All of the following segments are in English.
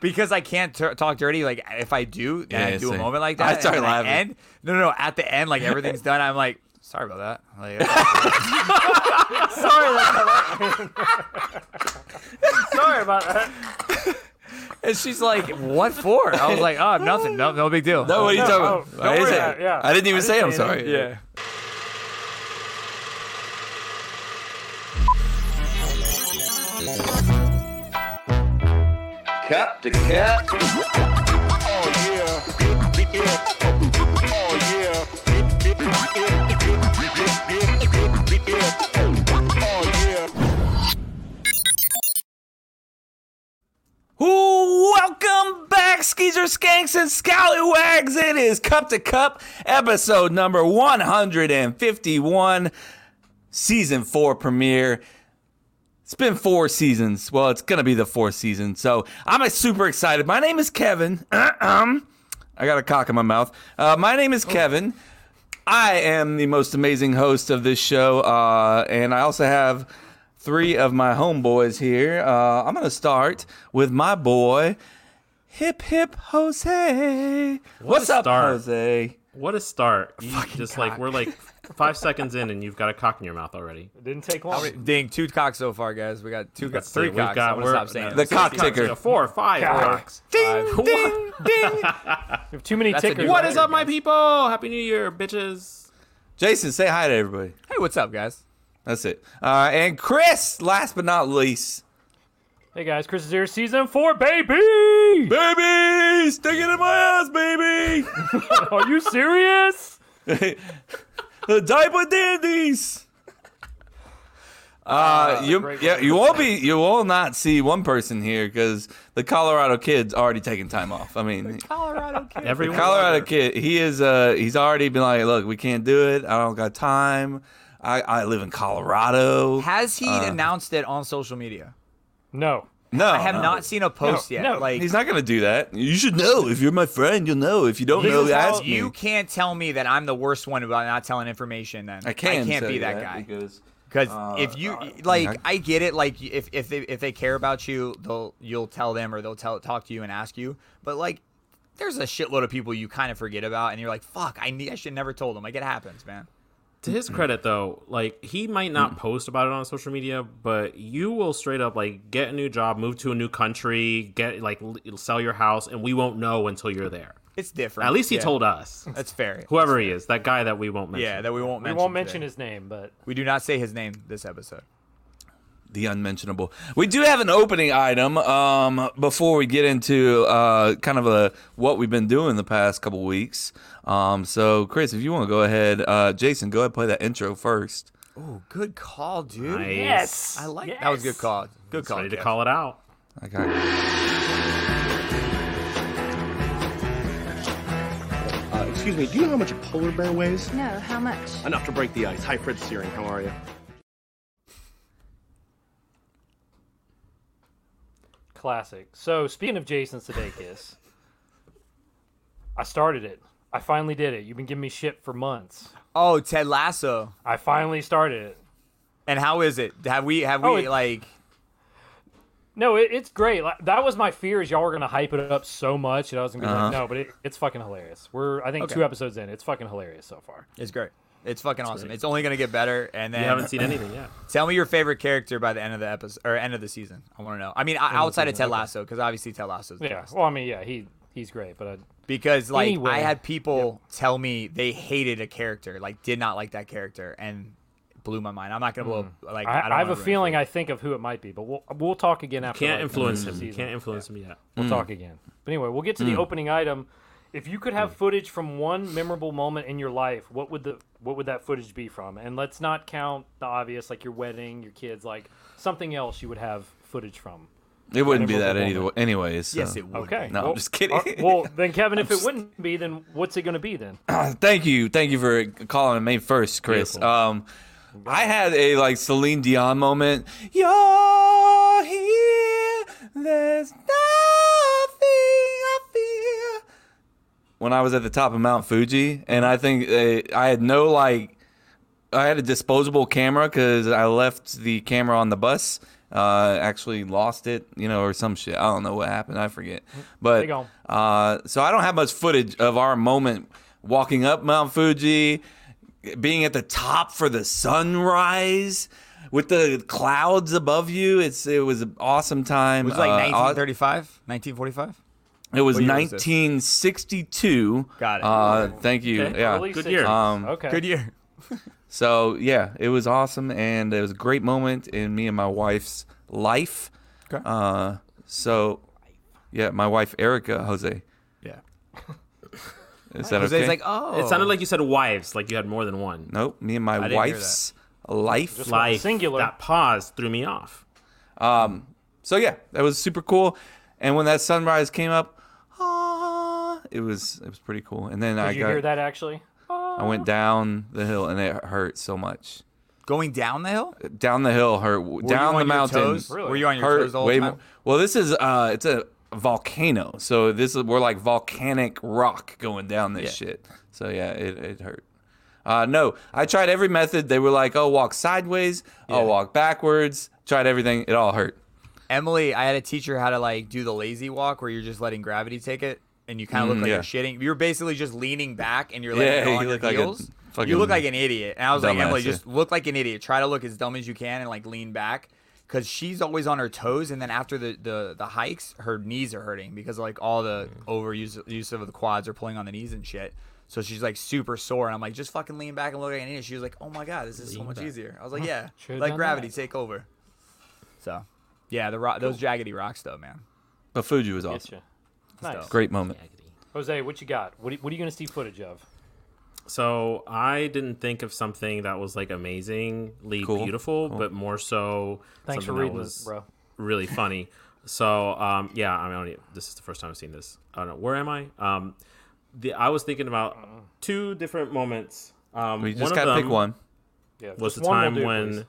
because I can't t- talk dirty. Like if I do, then Yeah, I do a same. moment like I that. start and then laughing. End, no, no, no. At the end, like everything's done, I'm like, sorry about that. Like, Sorry about that. Sorry about that. and she's like, what for? I was like, oh, nothing. No, no big deal. No, what are you No, talking oh, about? don't I, didn't worry say- about it, yeah. I didn't even I say I'm didn't say sorry. anything. yeah. Cup to cup. Welcome back, skeezer skanks and scallywags. It is Cup to Cup, episode number 151, season four premiere. It's been four seasons. Well, it's going to be the fourth season. So I'm uh, super excited. My name is Kevin. Um, I got a cock in my mouth. Uh, my name Oh. is Kevin. I am the most amazing host of this show. Uh, and I also have three of my homeboys here. Uh, I'm going to start with my boy, Hip Hip Jose. What's a up, start. Jose? What a start! You just like we're like five seconds in, and you've got a cock in your mouth already. Didn't take long. Ding, two cocks so far, guys. We got two, Let's three see, we've cocks. got- I'm gonna we're- stop saying The no, that. six cock cocks, ticker. yeah, Four, five cocks. Ding, ding, ding. We have too many That's a tickers. new What on is it. up, my people? Happy New Year, bitches! Jason, say hi to everybody. Hey, what's up, guys? That's it. Uh, and Chris, last but not least. Hey guys, Chris is here, season four, baby. Baby, stick it in my ass, baby. Are you serious? the diaper dandies. Uh, you Ah, great yeah, one. you won't be you will not see one person here because the Colorado kid's already taking time off. I mean, Colorado kid. the Everyone, Colorado kid, he is uh he's already been like, look, we can't do it. I don't got time. I, I live in Colorado. Has he Uh, announced it on social media? No. no, I have no. not seen a post No, yet. no. like He's not gonna do that. You should know. If you're my friend, you'll know. If you don't This know, is how ask me. you can't tell me that I'm the worst one about not telling information. Then I can. I can't tell be you that, guy. because Because if you I- like, I get it. Like if if they if they care about you, they'll you'll tell them or they'll tell talk to you and ask you. But like, there's a shitload of people you kind of forget about, and you're like, fuck, I need I should never told them. Like it happens, man. to his credit though, like he might not post about it on social media, but you will straight up like get a new job, move to a new country, get like l- sell your house, and we won't know until you're there. It's different. At least he Yeah. told us, That's fair. whoever he is, that guy that we won't mention. Yeah, that we won't We mention. won't mention today. his name, but We do not say his name this episode. the unmentionable. We do have an opening item um, before we get into uh, kind of a what we've been doing the past couple weeks. Um, so, Chris, if you want to go ahead, uh, Jason, go ahead and play that intro first. Oh, good call, dude. Nice. I like that was a good call. Good call. Ready to Kev. call it out. Okay. Uh, excuse me, do you know how much a polar bear weighs? No, how much? Enough to break the ice. Hi, Fred Searing. How are you? classic. So speaking of Jason Sudeikis, I started it. I finally did it. You've been giving me shit for months. Oh, Ted Lasso. I finally started it. And how is it? Have we have we Oh, it- like No, it, it's great. Like, that was my fear is y'all were gonna hype it up so much, and I was gonna be like, no, but it, it's fucking hilarious. We're I think Uh-huh. Okay. two episodes in. It's fucking hilarious so far. It's great. It's fucking awesome. It's only gonna get better. And You then haven't seen anything yet. tell me your favorite character by the end of the episode or end of the season. I want to know. I mean, I, outside of Ted Lasso, because obviously Ted Lasso's the Yeah. best. Well, I mean, yeah, he he's great, but I, Because like I Anyway. had people tell me they hated a character, like did not like that character, and blew my mind. I'm not gonna blow. Like I, Hmm. I, don't I, have wanna a ruin it. feeling I think of who it might be, but we'll we'll talk again after. Can't like, influence the him. season. Can't influence him yet. We'll talk again. But anyway, we'll get to the opening item. If you could have footage from one memorable moment in your life, what would the what would that footage be from? And let's not count the obvious, like your wedding, your kids, like something else you would have footage from. It wouldn't be that Memorable either, anyways. so- Yes, it would. Okay. No, I'm well, just kidding. uh, well, then Kevin, if it wouldn't be, then what's it going to be then? Thank you, thank you for calling me first, Chris. Beautiful. Um, I had a like Celine Dion moment. You're here. There's nothing I fear. When I was at the top of Mount Fuji, and I think uh, I had no like, I had a disposable camera because I left the camera on the bus. uh, actually lost it, you know, or some shit. I don't know what happened. I forget. But gone. uh, so I don't have much footage of our moment walking up Mount Fuji, being at the top for the sunrise. With the clouds above you, it's it was an awesome time. It was like Uh, 1935, 1945. it was What year was this? 1962. Got it. Uh, thank you. Okay, yeah. early Good 60s. year. Um, okay. Good year. So yeah, it was awesome, and it was a great moment in me and my wife's life. Okay. Uh, so yeah, my wife Erica Jose. Yeah. Is that Jose's okay? like, oh, It sounded like you said wives, like you had more than one. nope. Me and my didn't hear wife's life. Life. Singular. That pause threw me off. So yeah, that was super cool. And when that sunrise came up, ah, it was it was pretty cool. And then I Did you got hear that actually? I went down the hill, and it hurt so much. going down the hill. Were Down the hill hurt. you on down the your mountain. toes? Really? Were you on your Her- toes the whole way time? more- well, this is uh, it's a volcano, so this is we're like volcanic rock going down this shit. So yeah, it, it hurt. Uh, no, I tried every method. They were like, "Oh, walk sideways. Oh, walk backwards." Tried everything. It all hurt. Emily, I had a teacher how to like do the lazy walk where you're just letting gravity take it, and you kind of look like Mm, yeah. you're shitting. You're basically just leaning back, and you're letting Yeah, it go you on your look like a heels. you fucking look like an idiot. And I was like, dumbass, Emily, yeah. just look like an idiot. Try to look as dumb as you can, and like lean back, because she's always on her toes. And then after the the, the hikes, her knees are hurting because like all the Mm. overuse use of the quads are pulling on the knees and shit. So she's like super sore, and I'm like, just fucking lean back and look like an idiot. She was like, oh my god, this is so much easier. I was like, yeah, Should've like done gravity that. take over. So, yeah, the rock, those jaggedy rocks though, man. But Fuji was awesome. Gotcha. Nice. Great moment. Jose, what you got? What, are- what are you going to see footage of? So I didn't think of something that was like amazingly Cool. beautiful, but more so Thanks something for reading that this, was bro. really funny. So um, yeah, I mean, I don't e- this is the first time I've seen this. I don't know where am I. Um, the I was thinking about two different moments. Um, Uh-huh. We one just of gotta pick them one. Yeah, Was just the one will time do, when please.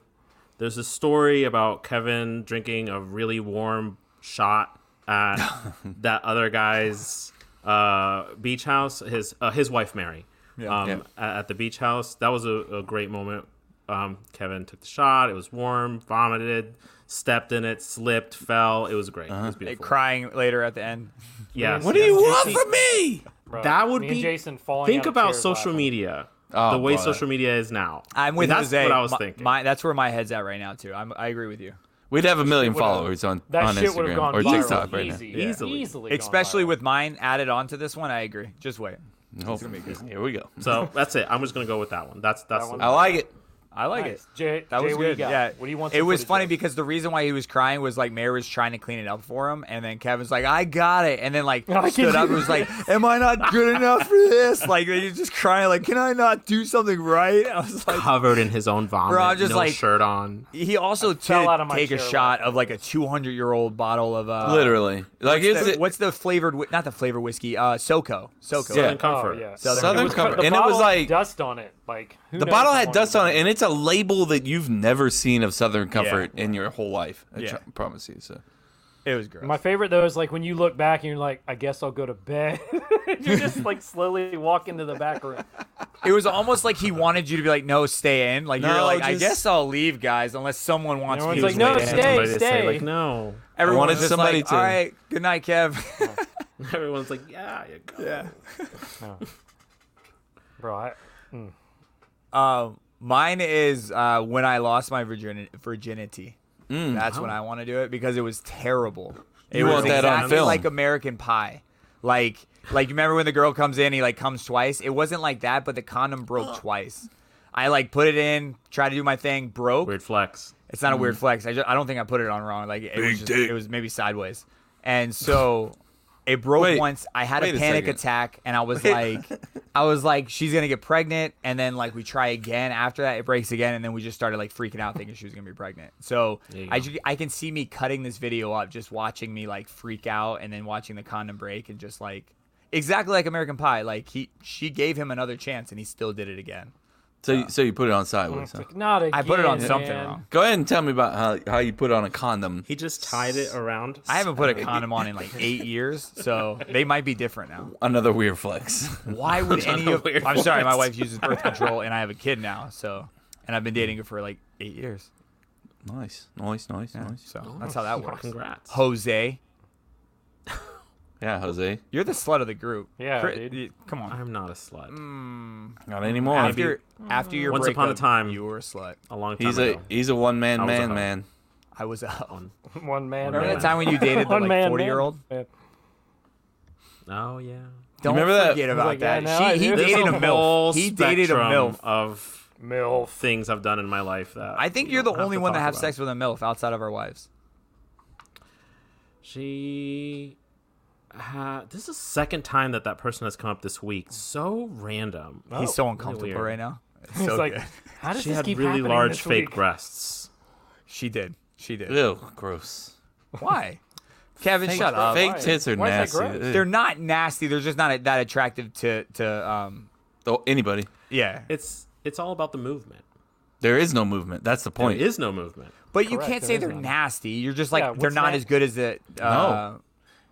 there's a story about Kevin drinking a really warm shot at that other guy's uh, beach house. His uh, his wife Mary. Um, Yeah. a- At the beach house, that was a, a great moment. Um, Kevin took the shot. It was warm. Vomited. Stepped in it. Slipped. Fell. It was great. Uh-huh. It was Like, beautiful. crying later at the end. yeah. What What do you yes. want from me? Bro, That would me and be- Jason falling. Think out of about chairs social laughing. media. Oh, the way boy. social media is now. I'm with That's Jose. what I was my, thinking. my- that's where my head's at right now too. I'm, I agree with you, We'd have a million would've- followers on That on shit would have Instagram gone or viral. TikTok right now. easy, Yeah. easily, easily gone especially viral. with mine added on to this one. I agree. Just wait. Hopefully. Here we go. so that's it. I'm just gonna go with that one. That's that's. one. I like it. I like Nice. it. Jay, That Jay, was what You good. got? Yeah. What do you want? It some was footage funny of? because the reason why he was crying was like Mary was trying to clean it up for him, and then Kevin's like, "I got it," and then like I get stood up and you. was like, "Am I not good enough for this?" Like he's just crying, like, "Can I not do something right?" I was like, covered in his own vomit, Bro, I'm just no like- shirt on. He also did fell out of my take a chair shot of like a 200 year old bottle of uh, Literally, like it's the- what's the flavored? whi- Not the flavored whiskey. Uh, SoCo. SoCo. Yeah. Southern Comfort. Oh, Southern yeah. It was Southern cut- Comfort. the And it was bottle had like- dust on it. Like who The knows bottle how had long dust on been- it, and it's a label that you've never seen of Southern Comfort in your whole life. I Yeah. tr- promise you. So It was gross. My favorite though is like when you look back and you're like, I guess I'll go to bed. you just like slowly walk into the back room. it was almost like he wanted you to be like, no, stay in. Like you're No, like, I just- guess I'll leave, guys, unless someone wants me. Everyone's to like, no, stay in." stay, Somebody to stay. Say, like no. Everyone wanted was just somebody like, to- All right, good night, Kev. Everyone's like, yeah, you go. yeah. Bro, I, um, mine is uh, when I lost my virgin- virginity. That's when I want to do it because it was terrible. It Mm. You was want that on exactly film. like American Pie. Like, like you remember when the girl comes in, he like comes twice. It wasn't like that, but the condom broke twice. I like put it in, try to do my thing, broke. Weird flex. It's not a weird flex. I, just, I don't think I put it on wrong. Like it was, just, it was maybe sideways, and so it broke Wait. once. I had Wait a a panic second. attack, and I was like, I was like, she's gonna get pregnant, and then like we try again after that, it breaks again, and then we just started like freaking out, thinking she was gonna be pregnant. So you I go. ju- I can see me cutting this video up, just watching me like freak out, and then watching the condom break, and just like exactly like American Pie, like he she gave him another chance, and he still did it again. So, you so you put it on sideways. Huh? like, not again. I put it on something man. wrong. Go ahead and tell me about how, how you put on a condom. He just tied it around. I haven't put a condom on in like eight years, so they might be different now. Another weird flex. Why would any of? weird I'm sorry, my voice. wife uses birth control, and I have a kid now. So, and I've been dating her for like eight years. Nice, nice, nice, nice. So that's how that Well, works. Congrats. Jose, Yeah, Jose. you're the slut of the group. Yeah, Cri- dude. y- Come on. I'm not a slut. Mm. Not anymore. after after your Once upon a breakup, time. you were a slut. A long time he's a ago. he's a one man I was a man hoe. man. I was a. One man. Remember man. that time when you dated the One man. like forty year old? man. oh yeah. Don't remember that? forget about Like, yeah, that. no, I she, he do. There's dated There's a milf. He dated a spectrum milf. of Milf. things I've done in my life that I think you you're the don't have only to one that talk have about. sex with a milf outside of our wives. She. Ha- this is the second time that that person has come up this week. So random. He's so uncomfortable weird. right now. It's It's so like, good. how does She this had keep really happening large this fake week? breasts. She did. She did. Ew, gross. Why? Kevin, Fake, shut up. fake Why? tits are Why is that nasty. gross? Ew. They're not nasty. They're just not that attractive to to um. Oh, anybody. Yeah, It's it's all about the movement. There is no movement. That's the There point. is no movement. but you can't there say is they're none. nasty. You're just like Yeah, they're what's not that? as good as the. Uh,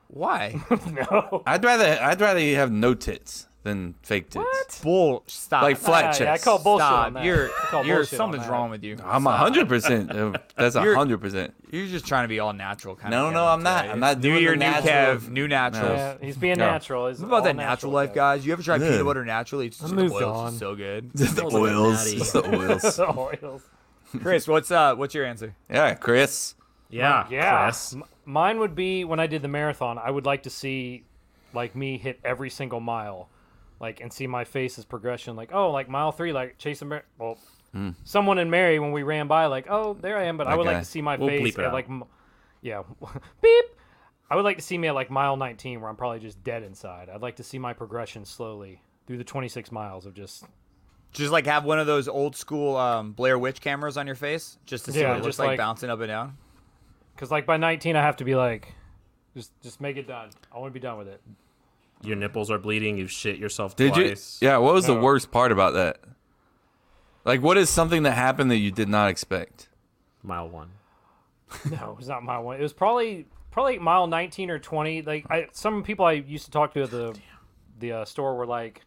Why? No. I'd rather I'd rather you have no tits than fake tits. What? Bull. Stop. Like flat Yeah, chest. yeah, I call bullshit. on Stop. that. You're I call you're bullshit on something's that. wrong with you. I'm a hundred percent. uh, That's a You're- hundred percent. You're just trying to be all natural kind No, of. no, Kevin I'm not. today. I'm not New doing the year, new natural. Kev, new naturals. Yeah, he's being No. natural. He's What about all that natural life, guy. guys? You ever tried Ugh. peanut butter naturally? It's just moved the oils. It's on. so good. the Smells like a oils. natty. It's the oils. The oils. Chris, what's uh, what's your answer? Yeah, Chris. Yeah. Yeah. Chris. M- mine would be when I did the marathon, I would like to see like me hit every single mile. Like and see my face's progression, like oh, like mile three, like chasing. Mar- well, Hmm. someone in Mary when we ran by, like oh, there I am. But I would guy. like to see my We'll bleep face it at out. like, m- yeah, beep. I would like to see me at like mile 19, where I'm probably just dead inside. I'd like to see my progression slowly through the 26 miles of just Just like have one of those old school um, Blair Witch cameras on your face, just to see Yeah, what it looks just like, like- bouncing up and down. because like by 19, I have to be like, just just make it done. I want to be done with it. Your nipples are bleeding. You've shit yourself Did twice. you? Yeah. What was the No. worst part about that? Like, what is something that happened that you did not expect? Mile one. No, it was not mile one. It was probably probably mile nineteen or twenty. Like I, some people I used to talk to at the the uh, store were like,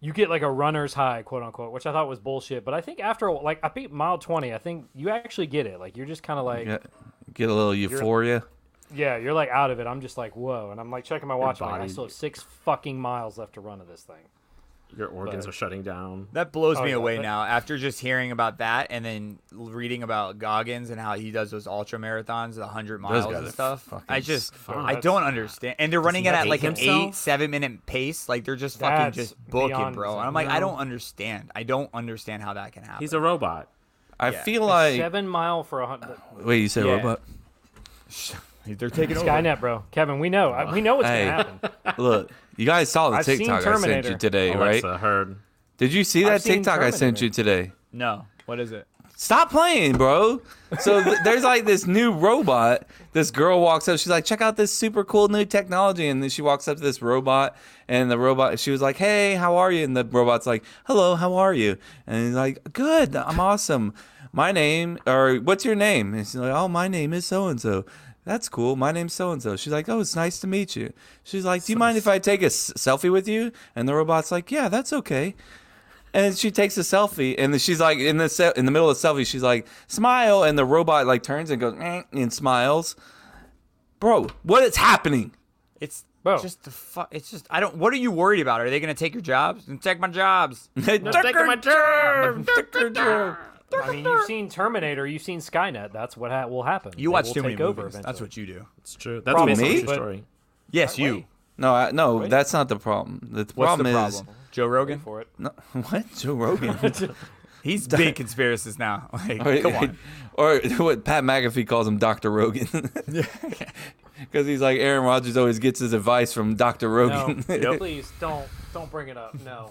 you get like a runner's high, quote unquote, which I thought was bullshit. But I think after a- like I beat mile twenty, I think you actually get it. Like you're just kind of like yeah. Yeah. Get a little euphoria. you're like out of it. I'm just like whoa, and I'm like checking my watch. I'm like, I body- still have six fucking miles left to run of this thing. Your organs But- are shutting down. That blows me Oh, yeah, away that- now. After just hearing about that and then reading about Goggins and how he does those ultra marathons, the hundred miles guys and are stuff, fucking I just Oh, fucked. I don't understand. And they're running it he at hate like an eight, himself? seven minute pace. Like they're just fucking That's just booking, beyond bro. insane. And I'm like, I No. don't understand. I don't understand how that can happen. He's a robot. I feel like. Seven mile for a hundred. Wait, you said Yeah. robot? they're taking over. Skynet, bro. Kevin, we know. I- we know what's Hey. gonna happen. Look, you guys saw the I've seen TikTok I sent you Terminator. today, Alexa right? heard. Did you see that I've seen TikTok I sent Terminator. you today? No, what is it? Stop playing, bro. So th- there's like this new robot. This girl walks up. She's like, check out this super cool new technology. And then she walks up to this robot, and the robot, she was like, hey, how are you? And the robot's like, hello, how are you? And he's like, good, I'm awesome. My name, or what's your name? And she's like, oh, my name is so and so. That's cool. My name's so and so. She's like, oh, it's nice to meet you. She's like, do you mind if I take a s- selfie with you? And the robot's like, yeah, that's okay. And she takes a selfie, and then she's like in the se- in the middle of the selfie, she's like smile, and the robot like turns and goes "Eh," and smiles. Bro, what is happening? It's Bro. just the fuck. It's just I don't. What are you worried about? Are they gonna take your jobs? And take my jobs. Taking my turn. I mean, you've seen Terminator, you've seen Skynet. That's what ha- will happen. You They watch will too many take over movies. eventually. That's what you do. It's true. That's Problem basically me? a true But- story. Yes, you. no, I, no, that's not the problem. The What's problem the is problem? Joe Rogan. for it. No, what Joe Rogan. He's big conspiracist now. Like, Or- come on. Or what Pat McAfee calls him Dr. Rogan. Because he's like, Aaron Rodgers always gets his advice from Dr. No, Rogan. please don't don't bring it up. No, no.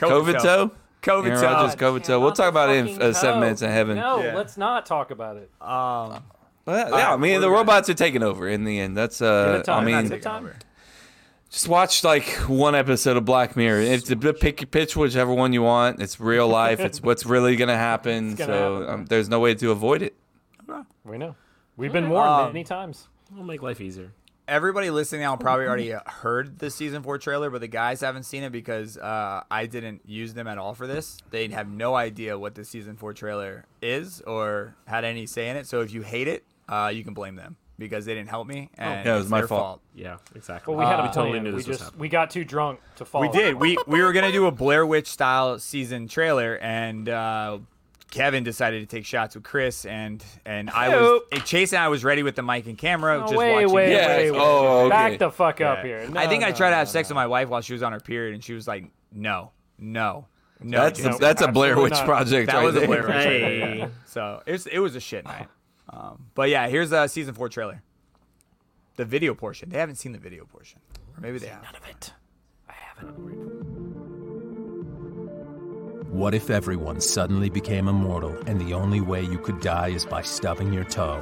COVID COVID toe. toe? COVID Aaron toe. Rodgers, COVID toe. We'll talk about it in uh, seven minutes in heaven. Uh, No, Yeah. let's not talk about it. Um, Well, yeah, I mean, we're the gonna- robots are taking over in the end. That's, uh, Good I time, mean, good time. Just watch like one episode of Black Mirror. If to pick pitch whichever one you want, it's real life. It's what's really gonna happen. gonna so happen. Um, there's no way to avoid it. We know. We've been warned Um, many times. It'll make life easier. everybody listening now probably already heard the season four trailer, but the guys haven't seen it because uh, I didn't use them at all for this. They have no idea what the season four trailer is or had any say in it. So if you hate it, uh, you can blame them because they didn't help me. Oh. And Yeah, it was it's my their fault. Yeah, exactly. Well, we had a we uh, plan. totally knew we this was just happening. we got too drunk to follow. We did. We we were gonna do a Blair Witch style season trailer, and uh, Kevin decided to take shots with Chris, and and I was Chase and I was ready with the mic and camera, No, just wait, watching. wait, Yeah, wait, it's- wait. oh, okay. Back the fuck up here. I No, think I no, tried to no, have no. sex with my wife while she was on her period, and she was like, "No, no, no." That's dude." a, that's a Blair absolutely Witch not. project. that right was a there. Blair Witch. Hey. So it was, it was a shit night. Um, but yeah, here's a season four trailer. The video portion. They haven't seen the video portion, or maybe they have. What if everyone suddenly became immortal and the only way you could die is by stubbing your toe?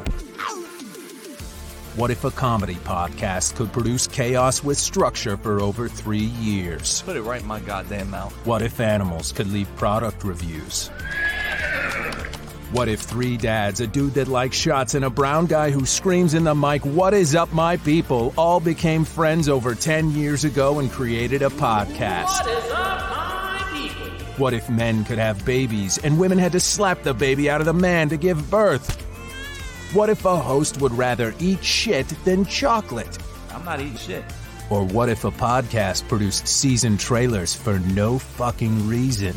What if a comedy podcast could produce chaos with structure for over three years? Put it right in my goddamn mouth. What if animals could leave product reviews? What if three dads, a dude that likes shots, and a brown guy who screams in the mic, What is up, my people? all became friends over 10 years ago and created a podcast? What is up, my people? What if men could have babies and women had to slap the baby out of the man to give birth? What if a host would rather eat shit than chocolate? I'm not eating shit. Or what if a podcast produced season trailers for no fucking reason?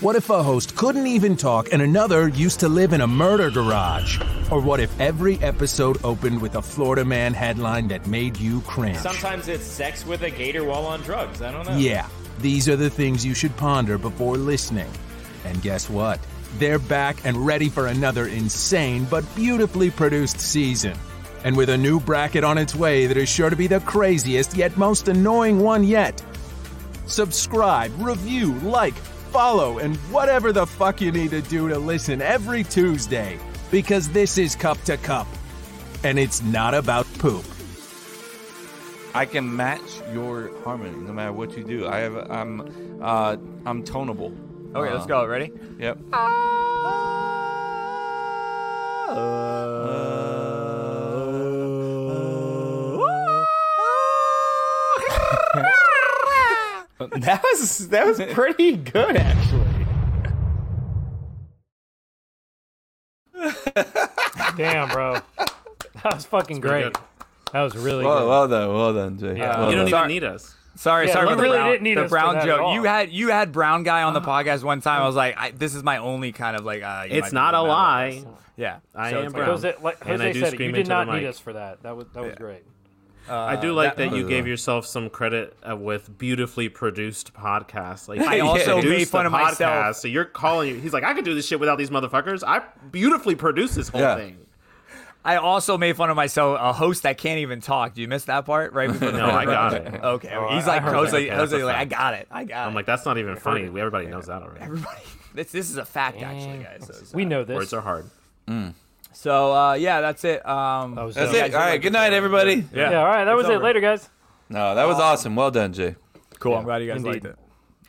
What if a host couldn't even talk and another used to live in a murder garage? Or what if every episode opened with a Florida man headline that made you cringe? Sometimes it's sex with a gator while on drugs. I don't know. Yeah, these are the things you should ponder before listening. And guess what? They're back and ready for another insane but beautifully produced season. And with a new bracket on its way that is sure to be the craziest yet most annoying one yet. Subscribe, review, like, follow, and whatever the fuck you need to do to listen every Tuesday. Because this is Cup to Cup. And it's not about poop. I can match your harmony no matter what you do. I have I'm uh I'm tonable. Okay, let's go. Ready? Yep. That was that was pretty good actually. Damn, bro. That was fucking pretty great. good. That was really Well, good. well done, well done, Jay. Yeah. Well You don't done. even need us. Sorry, Yeah, sorry you about the really brown, didn't need the us for brown that at joke. all. You had you had brown guy on the Uh-huh. podcast one time. I was like, I, this is my only kind of like. Uh, you might It's be not a wrong about lie. this. Yeah, I so am it's brown. Jose, like And I Jose do said, it, scream you did into the not need mic. us for that. That was that was great. I do like that, Uh, that- you gave yourself some credit uh, with beautifully produced podcasts. Like I also produced made fun the of myself. So you're calling. He's like, I could do this shit without these motherfuckers. I beautifully produced this whole Yeah. thing. I also made fun of myself. A host that can't even talk. Do you miss that part? Right before the No, I got it. Oh, Okay, he's like heard Jose. that. Jose, That's a like I fact. got it. I got I'm it. like, that's not even funny. We- Everybody knows that already. Everybody, this this is a fact actually, guys. So, uh, We know Words this. are hard. so, uh, yeah, that's it. Um, was That's Yeah, it. All right. Good night, everybody. Yeah. Yeah, all right. That was it. over. Later, guys. No, that was awesome. Well done, Jay. Cool. I'm glad you guys liked Indeed. it.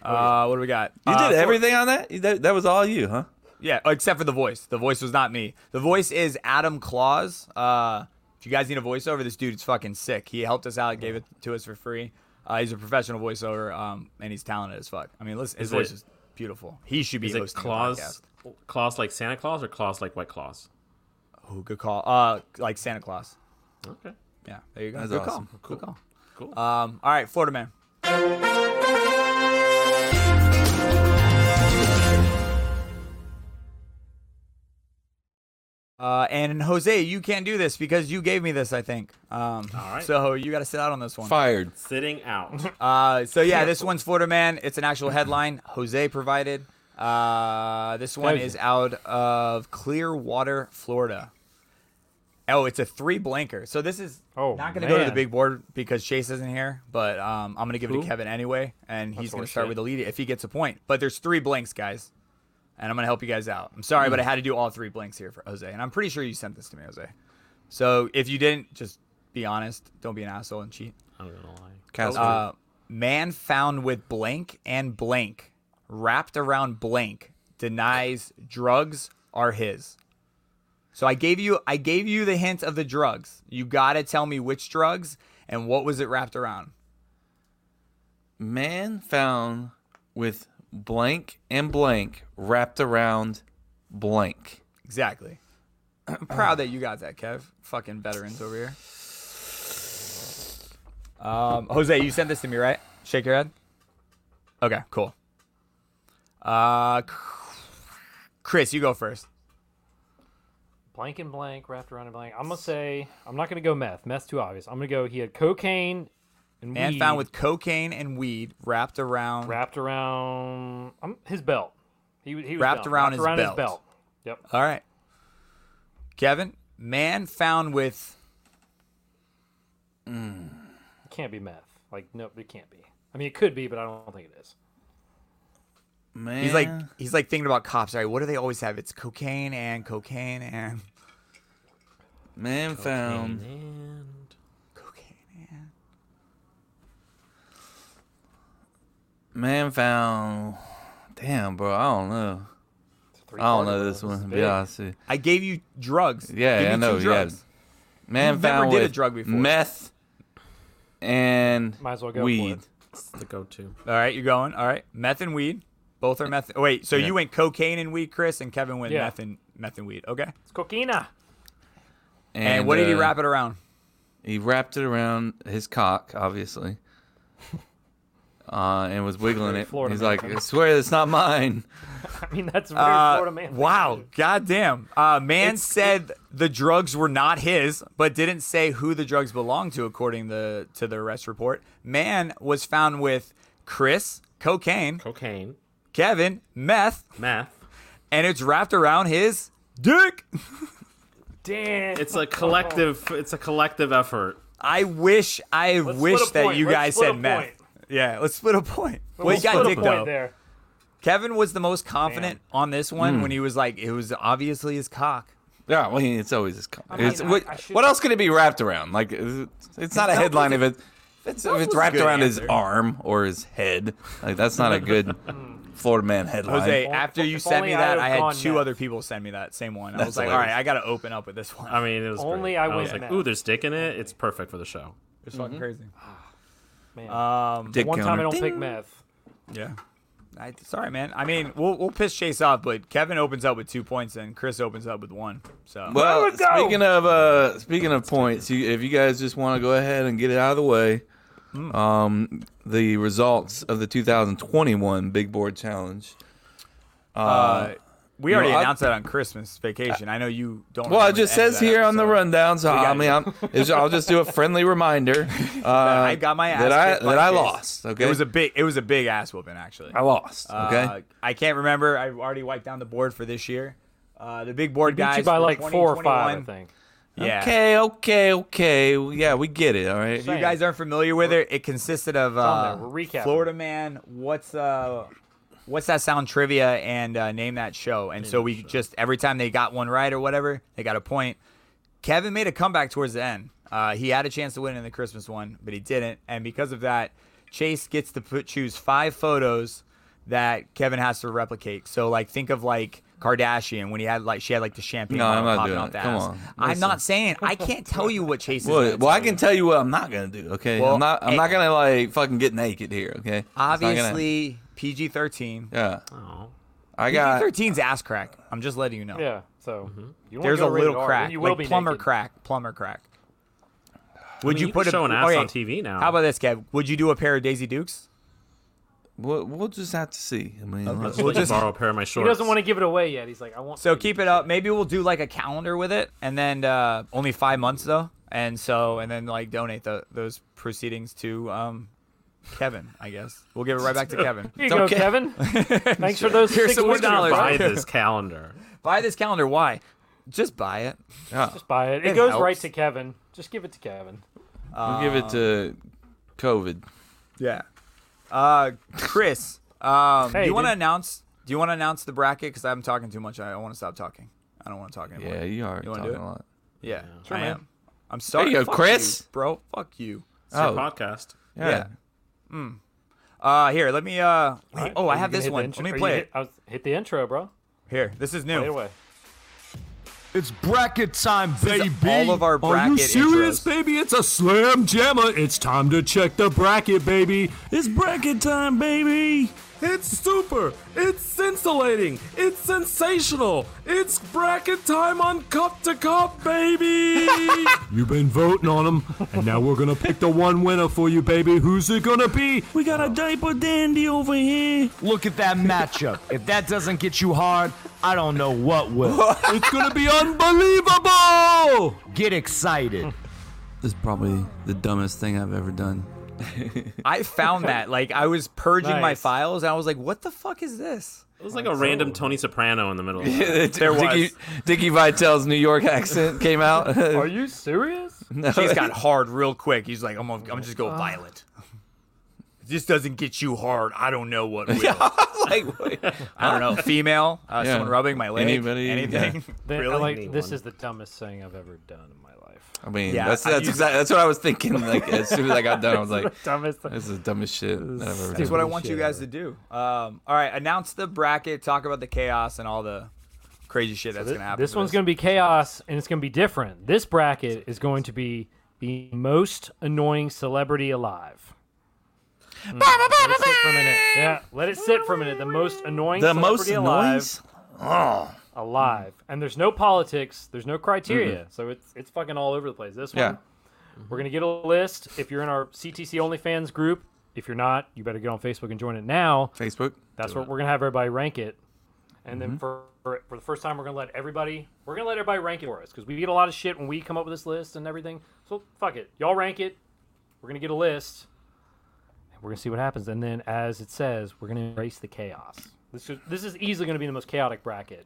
Uh, what do we got? You Uh, did four- everything on that? You- that? That was all you, huh? Yeah, except for the voice. The voice was not me. The voice is Adam Claus. Uh, if you guys need a voiceover, this dude's fucking sick. He helped us out, gave it to us for free. Uh, he's a professional voiceover, um, and he's talented as fuck. I mean, listen, his Is it- voice is beautiful. He should be Is it hosting the claws? podcast. Claws like Santa Claus or claws like White Claus? Ooh, good call. Uh, like Santa Claus. Okay. Yeah, there you go. That's good awesome. call. Good call. Cool. Um, all right, Florida man. Uh, and Jose, you can't do this because you gave me this, I think. Um, All right. So you got to sit out on this one. Fired. Sitting out. Uh, so yeah, this one's Florida man. It's an actual headline. Jose provided. Uh, this one Thank is out of Clearwater, Florida. Oh, it's a three blanker. So this is Oh, not going to go to the man. big board because Chase isn't here, but um, I'm going to give it Who? to Kevin anyway, and he's going to start horseshit. with the lead if he gets a point. But there's three blanks, guys, and I'm going to help you guys out. I'm sorry, Hmm. but I had to do all three blanks here for Jose, and I'm pretty sure you sent this to me, Jose. So if you didn't, just be honest. Don't be an asshole and cheat. I'm gonna lie. Castle. Uh, man found with blank and blank wrapped around blank denies drugs are his. So I gave you I gave you the hint of the drugs. You gotta tell me which drugs and what was it wrapped around. Man found with blank and blank wrapped around blank. Exactly. I'm proud that you got that, Kev. Fucking veterans over here. Um, Jose, you sent this to me, right? Shake your head. Okay, cool. Uh, Chris, you go first. blank and blank wrapped around and blank. I'm gonna say I'm not gonna go meth. Meth's too obvious. I'm gonna go. He had cocaine and Man weed found with cocaine and weed wrapped around. wrapped around um, his belt. He, he was Wrapped bound. around wrapped his around belt. his belt. Yep. All right. Kevin, man found with. Can't be meth. Like no, it can't be. I mean, it could be, but I don't think it is. Man, He's like he's like thinking about cops. All right, what do they always have? It's cocaine and cocaine and man Um, found And cocaine and. man found. Damn, bro, I don't know. It's a three I don't part know of this it. It's one. big. Yeah, I see. I gave you drugs. Yeah, Give me I two know. Yeah, drugs. man You never found did a with drug before. meth and Might as well go for weed. it. it's the go-to. All right, you're going. All right, meth and weed. Both are meth. Wait, so you went cocaine and weed, Chris, and Kevin went Yeah. meth and meth and weed. Okay. And, It's cocaina. And, what did he uh, wrap it around? He wrapped it around his cock, obviously, uh, and was wiggling it. Florida He's man like, thing. "I swear, it's not mine." I mean, that's a very Uh, Florida man. thing wow, to do. goddamn. Uh, man said the drugs were not his, but didn't say who the drugs belonged to, according the to the arrest report. Man was found with Chris, cocaine, Cocaine, Kevin, meth, meth. and it's wrapped around his dick. Damn. It's a collective. It's a collective effort. I wish, I Let's wish split a that point. you Let's guys split a said meth. point. Yeah, let's split a point. Well, We'll you got split a dick point though. There. Kevin was the most confident on this one when he was like, it was obviously his cock. Yeah, well, it's always his cock. mean, It's- I- what, I should- what else could it be wrapped around? Like, it's, it's not a headline if it. If it's, if was it's a wrapped good around his answer. arm or his head, like that's not a good Florida man headline. Jose, If after you if sent only me I that, would've I had gone two meth. other people send me that same one. I was That's like, all hilarious. right, I got to open up with this one. I mean, it was Only great. I was went like, meth. ooh, there's dick in it. It's perfect for the show. it's Mm-hmm. fucking crazy. Man. Uh, Dick One time counter. I don't Ding. pick meth. Yeah. I, sorry, man. I mean, we'll we'll piss Chase off, but Kevin opens up with two points and Chris opens up with one. So Well, There we go. speaking of uh, speaking of points, you, if you guys just want to go ahead and get it out of the way, um, the results of the 2021 Big Board Challenge. uh, we already you know, I- announced that on Christmas vacation. I know you don't. Well, it remember just the end of says that here on the episode. rundown, so I gotta mean, I'm, it's- I'll just do a friendly reminder. Uh, that I got my ass that I kicked by that I Chase. lost. Okay, It was a big it was a big ass whooping actually. I lost. Okay, Uh, I can't remember. I already wiped down the board for this year. Uh, the big board Beat guys you by for like four or five, I 2021. think. Yeah. okay, okay, okay. Well, Yeah, we get it. All right. If you guys aren't familiar with it, it consisted of uh, on there. We're recapping. Florida Man. What's uh, what's that sound trivia and uh, name that show? And so we just every time they got one right or whatever, they got a point. Kevin made a comeback towards the end. Uh, he had a chance to win in the Christmas one, but he didn't. And because of that, Chase gets to put, choose five photos that Kevin has to replicate. So like think of like Kardashian when he had like she had like the champagne No, I'm bottle not popping doing out it. the Come ass. on. I'm not saying I can't tell you what Chase is. Well, gonna well, I do. can tell you what I'm not gonna do. Okay, Well, I'm not. I'm eh. not gonna like fucking get naked here. Okay, It's not gonna- Obviously, PG thirteen. yeah, Oh, I got. Uh, 13's ass crack. I'm just letting you know. Yeah. So you don't Mm-hmm. There's a wanna go rated little R, then crack, You will like be plumber naked. crack, plumber crack. Would mean, you you put can a, show an ass okay, on TV now. How about this, Kev? Would you do a pair of Daisy Dukes? We'll, we'll just have to see. I mean, let's- we'll just borrow a pair of my He shorts. doesn't want to give it away yet. He's like, I want. So to keep be it up. Maybe we'll do like a calendar with it, and then uh, only five months though, and so and then like donate the, those proceedings to um, Kevin. I guess we'll give it right back to Kevin. Here you go, Okay. Kevin. Thanks for those Here's six some more whiskers, dollars. bro. buy this calendar. Buy this calendar. Why? Just buy it. yeah, Just buy it. It, It goes right helps. to Kevin. Just give it to Kevin. we'll give it to COVID. Yeah. Uh, Chris, um, Hey, do you want to dude. announce? Do you want to announce the bracket? Because I'm talking too much. I, I want to stop talking. I don't want to talk anymore. Yeah, you are You wanna do talking it? a lot. yeah. Sure, I man. am. I'm sorry. There you go, Fuck Chris. bro, fuck you. It's your podcast. yeah. yeah. Hmm. Uh, here, let me. Uh, wait, Alright, oh, are I you have gonna this hit the one. Let intro- are me you play hit, it. I was, hit the intro, bro. Here, this is Play it new. away. It's bracket time, is baby. all of our Are you bracket serious, intros. baby? It's a slam jammer. It's time to check the bracket, baby. It's bracket time, baby. It's super. It's scintillating. It's sensational. It's bracket time on Cup to Cup, baby. You've been voting on them, and now we're gonna pick the one winner for you, baby. Who's it gonna be? We got a diaper dandy over here. Look at that matchup. if that doesn't get you hard, I don't know what will. It's gonna be unbelievable. Get excited. This is probably the dumbest thing I've ever done. I found that. Like I was purging my Nice. files and I was like, what the fuck is this? it was like a random Tony Soprano in the middle. Of that. there Dickie, was. Dickie Vitale's New York accent came out. Are you serious? He's got hard real quick. He's like, I'm gonna, I'm just Oh. go violent. If this doesn't get you hard. I don't know what will. like, wait. I don't know. Female, uh, Yeah. someone rubbing my leg, Anybody, anything. Then, Really? like, this is the dumbest thing I've ever done in my life. I mean, Yeah, that's I that's use- exactly that's what I was thinking. Like as soon as I got done, I was like, dumbest thing. "This is the dumbest shit that I've ever Here's done." what I want you guys to do. Um, all right, announce the bracket, talk about the chaos and all the crazy shit that's gonna happen. This for one's going to be chaos, and it's going to be different. This bracket is going to be the most annoying celebrity alive. Mm, Let it sit for a minute. Yeah, let it sit for a minute. The most annoying The celebrity most alive, noise. alive, and there's no politics, there's no criteria, so it's it's fucking all over the place. This one, Um, Yeah. we're gonna get a list. If you're in our CTC OnlyFans group, if you're not, you better get on Facebook and join it now. Facebook. That's what we're gonna have everybody rank it, and Mm-hmm. then for, for for the first time, we're gonna let everybody we're gonna let everybody rank it for us because we get a lot of shit when we come up with this list and everything. So fuck it, y'all rank it. We're gonna get a list, and we're gonna see what happens. And then, as it says, we're gonna embrace the chaos. This is this is easily gonna be the most chaotic bracket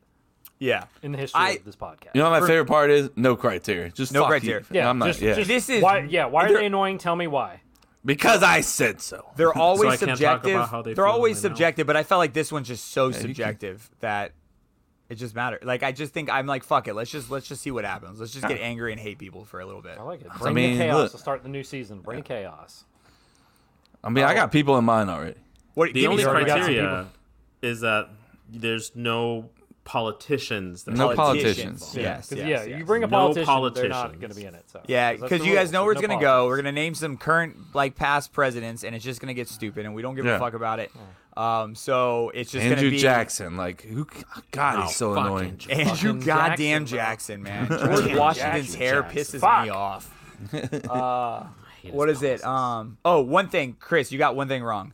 Yeah. in the history I- of this podcast. You know, what my favorite part is no criteria. Just No fuck criteria. You. yeah, I'm not. just, yeah. just This is- why, yeah. Why are they're- they annoying? Tell me why. because I said so. They're always I can't talk subjective. about how they They're feel always right now. subjective, but I felt like this one's just so can- subjective that it just matters. Like I just think I'm like fuck it. Let's just let's just see what happens. Let's just get angry and hate people for a little bit. I like it. Bring mean, the chaos look- to start the new season. Bring chaos. I mean, I got people in mind already. What The give only me some already got some criteria is that there's no politicians. That No politicians. Yeah. Yes, 'Cause, yes, yeah, yes. you bring a No politician, they're not politicians. going to be in it. So. Yeah, 'Cause that's because the you guys rules. know where it's There's no gonna go. politics. We're gonna name some current, like past presidents, and it's just gonna get stupid, and we don't give Yeah. a fuck about it. Um, so it's just Andrew gonna be Oh, Jackson, like who? God, he's so fucking annoying. Andrew Fucking goddamn Jackson, Jackson, man. George Washington's hair pisses me Fuck. off. Uh, what is it? Um, oh, one thing, Chris, you got one thing wrong.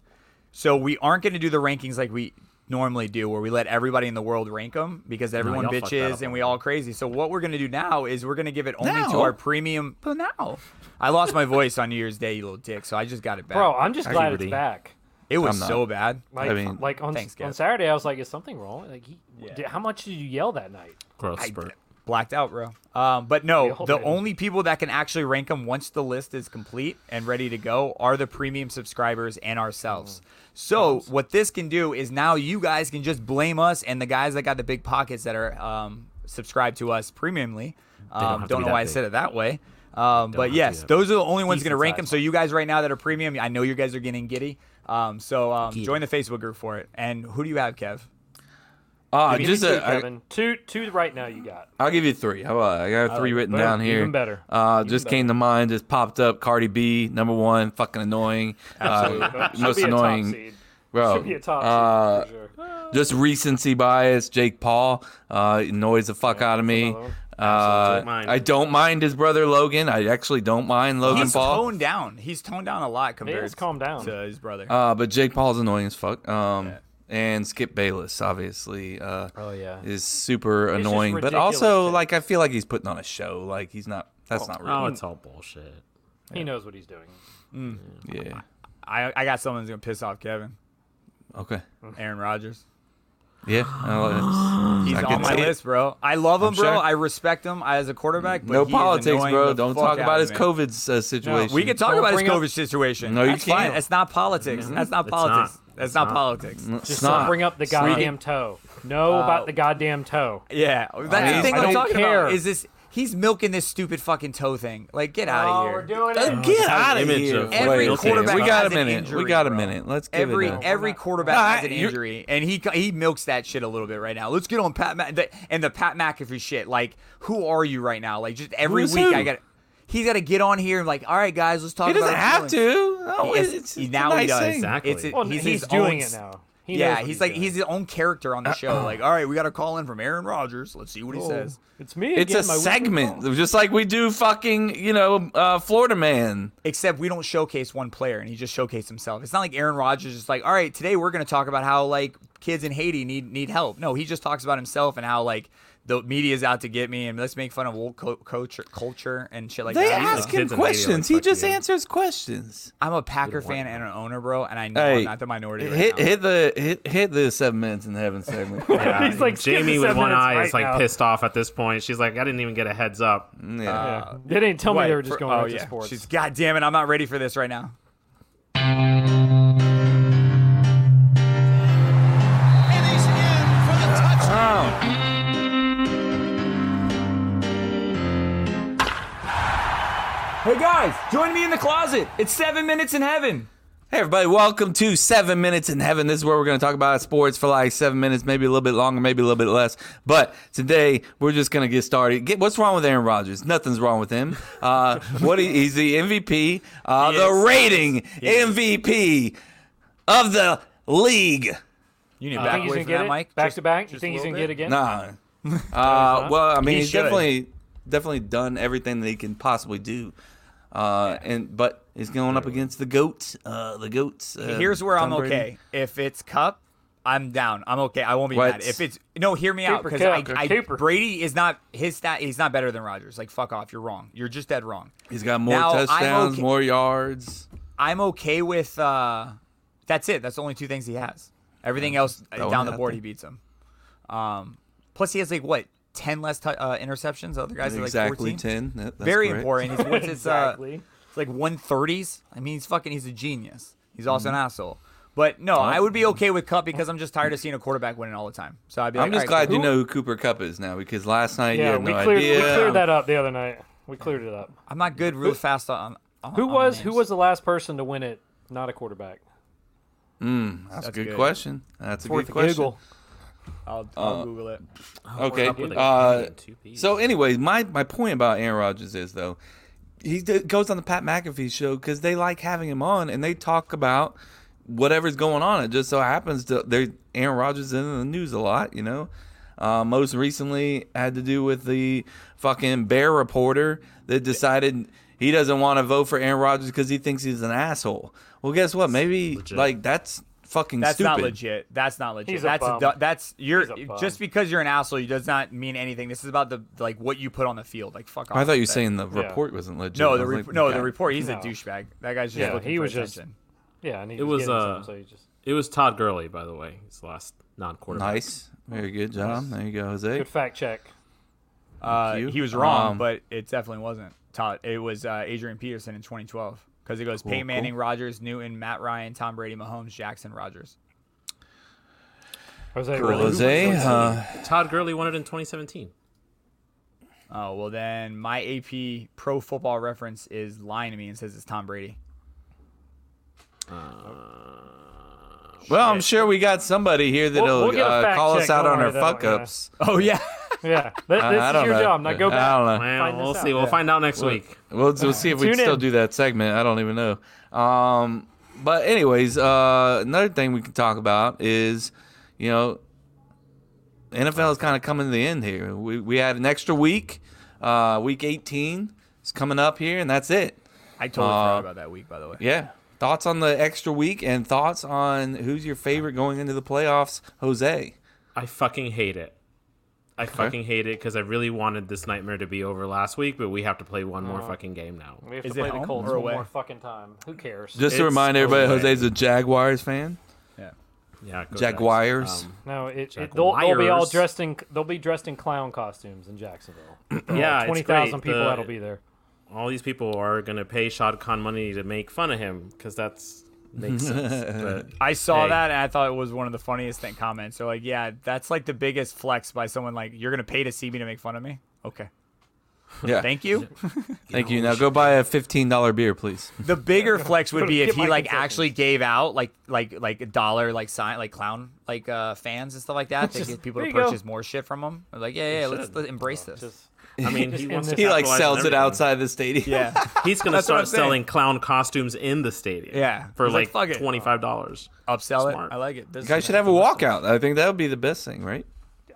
So we aren't gonna do the rankings like we normally do, where we let everybody in the world rank them because everyone y'all fucked that bitches up and we all crazy. So what we're gonna do now is we're gonna give it only to Now? our premium. But now, I lost my voice on New Year's Day, you little dick. So I just got it back. Bro, I'm just glad Puberty. it's back. It was I'm not. so bad. Like, I mean, like on, thanks, on Gav. Saturday, I was like, "Is something wrong?" Like, he, did, how much did you yell that night? Gross I spurt. blacked out, bro. Um, but no, all the did. only people that can actually rank them once the list is complete and ready to go are the premium subscribers and Mm-hmm. ourselves. So what this can do is now you guys can just blame us and the guys that got the big pockets that are um, subscribed to us premiumly. Um, don't, have to be know that why I big. said it that way. Um, have but to yes, be that those are the only ones going to Decent rank them. size So you guys right now that are premium, I know you guys are getting giddy. Um, so um, join the Facebook group for it. And who do you have, Kev? Uh, Give me just two, a, I, Kevin. two, two right now. You got I'll give you three. How about I got three written Boom. down here. Even better. Uh, just came to mind. Just popped up. Cardi B, number one, fucking annoying. Uh, Should most be a top annoying, seed. bro. Should be a top uh, seed for sure. just recency bias. Jake Paul uh, annoys the fuck out of me. another one. Uh, don't mind. I don't mind his brother Logan. I actually don't mind Logan He's Paul. toned down. He's toned down a lot Maybe compared it's calmed down. to his brother. Uh, but Jake Paul's annoying as fuck. Um, and Skip Bayless, obviously, uh, Oh, yeah. is super just annoying. But ridiculous also, shit. like, I feel like he's putting on a show. Like, he's not. That's not real. Oh, it's all bullshit. He knows what he's doing. yeah. I, I got someone that's gonna piss off Kevin. Okay. Aaron Rodgers. Yeah. I'll- He's Hmm. I on can my see it. list, bro. I love him, I'm bro. sure. I respect him as a quarterback. But no he is politics, annoying bro. the Don't fuck talk out about of his me. COVID uh, situation. We can talk Don't about his bring up- COVID situation. No, you That's fine. can't. It's not politics. That's not It's politics. not. That's It's not, not. politics. It's Just not. don't bring up the goddamn toe. Know about the goddamn toe. Yeah, that's mean, the thing I I'm don't talking care. about. Is this he's milking this stupid fucking toe thing. Like, get out Oh, of we're here. doing it. Uh, Get out of image here. of Every Wait, quarterback we got has a an minute. injury, we got a bro. minute. Let's give Every it up. every quarterback No, has I- an you're- injury, and he he milks that shit a little bit right now. Let's get on Pat Ma- the- and the Pat McAfee shit. Like, who are you right now? Like, just every Who's week who? I got. He's got to get on here and like, all right, guys, let's talk. He doesn't about have feelings." to. No, Yes, it's, it's he- a now nice he does. thing. Exactly. It's, Well, he's, he's, his doing own- it now. He knows yeah, what he's, like doing. he's his own character on the show. Like, all right, we got to call in from Aaron Rodgers. Let's see what he says. It's me. It's again, a my weekly segment, call. just like we do fucking, you know, uh, Florida Man. Except we don't showcase one player, and he just showcased himself. It's not like Aaron Rodgers is like, all right, today we're going to talk about how like kids in Haiti need need help. No, he just talks about himself and how like the media's out to get me, and let's make fun of woke co- culture, culture and shit like They that. He's ask like, him kids in Haiti are like, questions. He "Fuck just you." answers questions. I'm a Packer fan and an owner, bro, and I know I'm not the minority. Right hit now. hit the hit, hit the seven minutes in heaven segment. Yeah, He's like, skip Jamie the with seven one minutes eye right is like now. pissed off at this point. She's like, I didn't even get a heads up. Yeah. Yeah. They didn't tell me Wait, they were just for- going oh, right yeah. to sports. She's God damn it, I'm not ready for this right now. Hey guys, join me in the closet. It's seven minutes in heaven. Hey everybody, welcome to Seven Minutes in Heaven. This is where we're going to talk about sports for like seven minutes, maybe a little bit longer, maybe a little bit less. But today we're just going to get started. Get, what's wrong with Aaron Rodgers? Nothing's wrong with him. Uh, what he, he's the MVP, uh, the rating MVP of the league. You need to you back Uh, think he's away gonna from get that, it Mike. back Just- to back? You just think a he's little gonna get bit? it again? Nah. Uh, well, Uh-huh. I mean, He he's should. definitely definitely done everything that he can possibly do. Uh, and but he's going up against the goats. Uh, the goats. Uh, Here's where Tom I'm Brady. okay. If it's Cup, I'm down. I'm okay. I won't be What? mad. If it's no, hear me out Caper, because I, caper, I, caper. Brady is not his stat. He's not better than Rogers. Like fuck off. You're wrong. You're just dead wrong. He's got more Now, I'm touchdowns, okay- more yards. I'm okay with. uh That's it. That's the only two things he has. Everything else uh, one down the had board, that. he beats him. Um, plus he has like what ten less tou- uh, interceptions. The other guys are like exactly 14. ten. That- that's Very correct. important. He's, what's his, uh, Exactly. It's like 130s. I mean, he's fucking, he's a genius. He's also Mm-hmm. an asshole. But no, I would be okay with Cup because I'm just tired of seeing a quarterback winning all the time. So I'd be like, I'm just all right, glad you know who Cooper Cup is now because last night you Yeah, had we no cleared idea. we cleared that up the other night. We cleared it up. I'm not good real fast on. on Who on was the who names. was the last person to win it? Not a quarterback. That's a good, good. question. That's a Worth good a question. Google. I'll, I'll Google it. Okay. with a Uh, P and two Ps. so anyway, my my point about Aaron Rodgers is though, he d- goes on the Pat McAfee show because they like having him on and they talk about whatever's going on. It just so happens to they Aaron Rodgers is in the news a lot, you know. Uh, most recently had to do with the fucking bear reporter that decided he doesn't want to vote for Aaron Rodgers because he thinks he's an asshole. Well, guess what? Maybe like that's fucking That's stupid. not legit. That's not legit. He's a that's bum. du- that's you're He's a bum. just because you're an asshole, it does not mean anything. This is about the like what you put on the field. Like fuck off. I thought you were with that. saying the report wasn't legit. I no. The was re- like, no. God. The report. He's No. a douchebag. That guy's just Yeah, looking he for was just- attention. Yeah, and he It was, was, getting uh, some, so he just It was Todd Gurley, by the way. He's the last non-quarterback. Nice. Very good job. There you go, Jose. good fact check. Uh, you. he was wrong, Um, but it definitely wasn't Todd. It was uh, Adrian Peterson in 2012 because it goes Peyton Manning, Rogers, Newton, Matt Ryan, Tom Brady, Mahomes, Jackson, Rogers. Jose, Cool, really? Jose. Uh, Todd Gurley won it in 2017. Oh well, then my AP Pro Football Reference is lying to me and says it's Tom Brady. well, I'm sure we got somebody here that'll we'll get a uh, fact call us check, out don't on our worry, that'll- fuck ups. Oh yeah, Yeah, Th- I- this I is don't your know. job. Now go I back. don't know. Well, Find we'll this see. out. We'll find out next week. We'll, we'll see if we Tune can still in. do that segment. I don't even know. Um, but anyways, uh, another thing we can talk about is, you know, NFL is kind of coming to the end here. We we had an extra week. Uh, week 18 is coming up here, and that's it. I totally forgot about that week. By the way, Yeah. Thoughts on the extra week and thoughts on who's your favorite going into the playoffs, Jose. I fucking hate it. I fucking hate it because I really wanted this nightmare to be over last week, but we have to play one more fucking game now. We have Is to it play the home Colts or one away? more fucking time. Who cares? Just to It's remind everybody, Jose. Jose's a Jaguars fan. yeah. Yeah, go Um, Jaguars. Jags. no, it, it Jack they'll, they'll be all Wires. dressed in they'll be dressed in clown costumes in Jacksonville. Um, yeah, Twenty thousand people that'll be there. All these people are gonna pay Shad Khan money to make fun of him because that's makes sense. But I saw Hey. that and I thought it was one of the funniest thing comments. So like, yeah, that's like the biggest flex by someone like you're gonna pay to see me to make fun of me. Okay. Yeah. Thank you. Thank you. Now go buy a fifteen dollar beer, please. The bigger flex would be if Get he my like concessions. actually gave out like like like a dollar like sign like clown like uh fans and stuff like that to get people there to you go. purchase more shit from him. Like yeah yeah, let's, should. let's embrace this. Just I mean, he wants to He like capitalize on sells it everything. outside the stadium. yeah. He's gonna That's what I'm start saying. selling clown costumes in the stadium. Yeah. for He's like, like, "Fuck it." twenty five dollars. Upsell Smart. it. I like it. This You guys should have a walkout. I think that would be the best thing, right?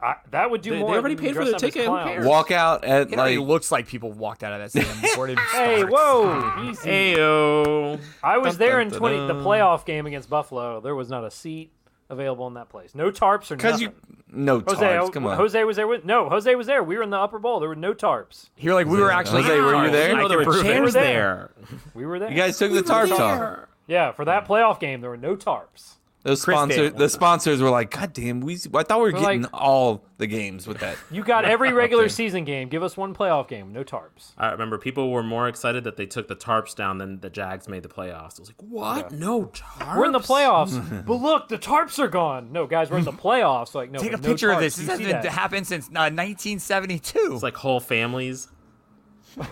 I, that would do They- they more. already than paid for dress up the as ticket, who clowns. cares? Walkout at It like already looks like people walked out of that stadium before it even Hey, starts. whoa! Easy. Ayo. I was Dun, there dun, in dun, twenty the dun. playoff game against Buffalo. There was not a seat available in that place. No tarps or because nothing. you no Jose, oh, tards. Come on, Jose was there with no. Jose was there. We were in the upper bowl. There were no tarps. You're like we were actually Jose, were you Wow. there? You I know there can were prove it. chairs there. there. We were there. you guys took the tarps off. yeah, for that playoff game, there were no tarps. Those Chris sponsor, Dale. the sponsors were like, "God damn, we! I thought we were, We're getting like- all the games with that." You got every regular Okay. season game. Give us one playoff game. No tarps. I remember people were more excited that they took the tarps down than the Jags made the playoffs. I was like, what? No tarps. We're in the playoffs. but look, the tarps are gone. No, guys, we're in the playoffs. Like, no, Take a no picture tarps. of this. You This see hasn't that? been- happened since uh, 1972. It's like whole families.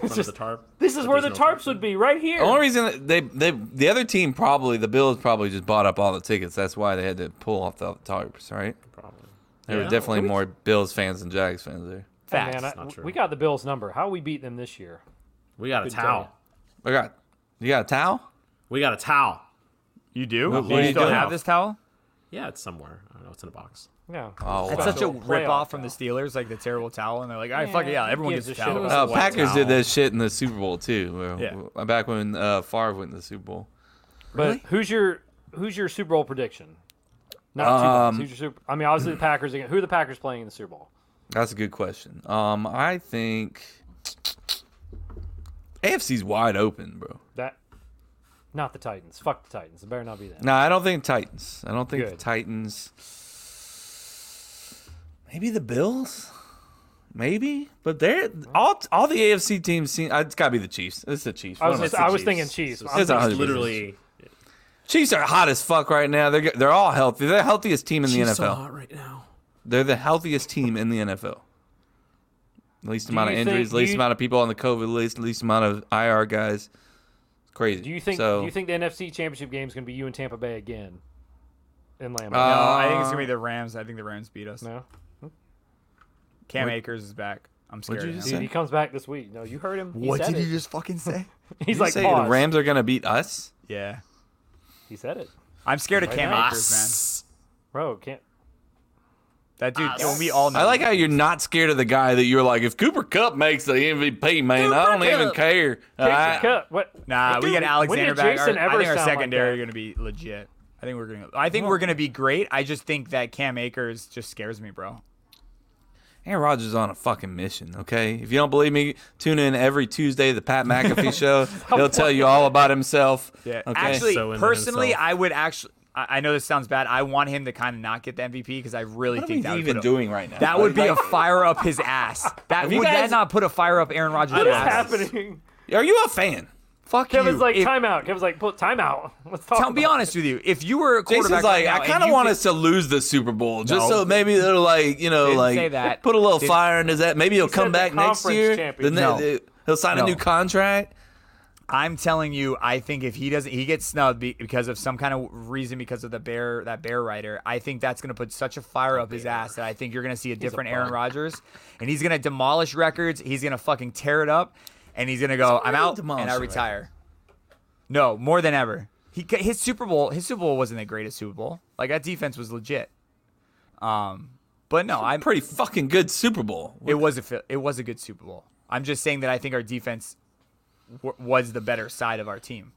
Under the tarp. This is But where the there's no tarps would be, right The only here. reason that they they the other team probably the Bills probably just bought up all the tickets. That's why they had to pull off the tarps, right? Probably. There Yeah. were definitely more Bills fans than Jags fans there. Hey, Facts. man, I- not true. we got the Bills number. How we beat them this year? We got a towel. I got you got a towel? We got a towel. you do? What do are you you still doing? have this towel? Yeah, it's somewhere. I don't know. It's in a box. No. Oh, That's wow. such a Actual playoff rip off from the Steelers, like the terrible towel, and they're like, all right, fuck it, yeah, everyone gives gets a a shit towel. about Uh, White Packers did that shit in the Super Bowl too. where- Yeah. where- Back when uh, Favre went to the Super Bowl. But who's your who's your Super Bowl prediction? Not Um, two bucks. Who's your Super? I mean, obviously the Packers. Again. Who are the Packers playing in the Super Bowl? That's a good question. Um, I think AFC's wide open, bro. That, not the Titans. Fuck the Titans. It better not be that. No, I don't think Titans. I don't think the Good. Titans. Maybe the Bills. Maybe, but they're all all the AFC teams. Seem, uh, it's got to be the Chiefs. It's the Chiefs. I was What am just, saying? I was thinking Chiefs. It's I'm It's a thinking- hundred Literally. Chiefs are hot as fuck right now. They're they're all healthy. They're the healthiest team in the NFL. It's so hot right now. They're the healthiest team in the NFL. Least amount of you think- injuries, do least you- amount of people on the COVID list, least amount of IR guys. It's crazy. Do you think? so? do you think the NFC Championship game is going to be you and Tampa Bay again? In Lambeau. No, Uh, I think it's gonna be the Rams. I think the Rams beat us. no. Cam Akers is back. I'm scared. you of just him. Dude, he comes back this week. No, you heard him. He What said did it. you just fucking say? He's you like, say pause. the Rams are gonna beat us? yeah, He said it. I'm scared of Cam now. Akers, Bro, can't. man. That dude. and we all know. I like how you're not scared of the guy that you're like, if Cooper Cup makes the MVP, man, I don't even care. I- Take the cut. What? Nah, we Dude, got Alexander when did back. Jason Our- ever I think our sound like secondary that? are gonna be legit. I think we're gonna. I think we're gonna be great. I just think that Cam Akers just scares me, bro. Aaron Rodgers is on a fucking mission, okay? If you don't believe me, tune in every Tuesday to the Pat McAfee show. He'll tell you all about himself. Yeah. Okay? Actually, So in personally, himself. I would actually. I I know this sounds bad. I want him to kind of not get the MVP because I really what are think that would we even put a- doing right now? That would be Like, a fire up his ass. That you would guys- that not put a fire up Aaron Rodgers' What is ass? happening? Are you a fan? Fuck you. Kevin's like, If- timeout. Kevin's like, put timeout. Let's talk. I'll be about it." honest with you. If you were a quarterback, Jason's right like, now I and kind of you want could- us to lose the Super Bowl, just No. so maybe they'll like, you know, Didn't like say that. put a little Didn't- fire into that. Maybe he'll come said the back next conference year. Then champion. they- No. they- he'll sign a No. new contract. I'm telling you, I think if he doesn't, he gets snubbed be- because of some kind of reason because of the bear that bear rider. I think that's going to put such a fire up his ass that I think you're going to see a different Aaron Rodgers, and he's going to demolish records. He's going to fucking tear it up, and he's going to go, I'm already out and I demolishing retire. No, more than ever. He ca- his Super Bowl his Super Bowl wasn't the greatest Super Bowl. Like that defense was legit. Um, but no, I'm Pretty fucking good Super Bowl. it was a fi- it was a good Super Bowl. I'm just saying that I think our defense w- was the better side of our team.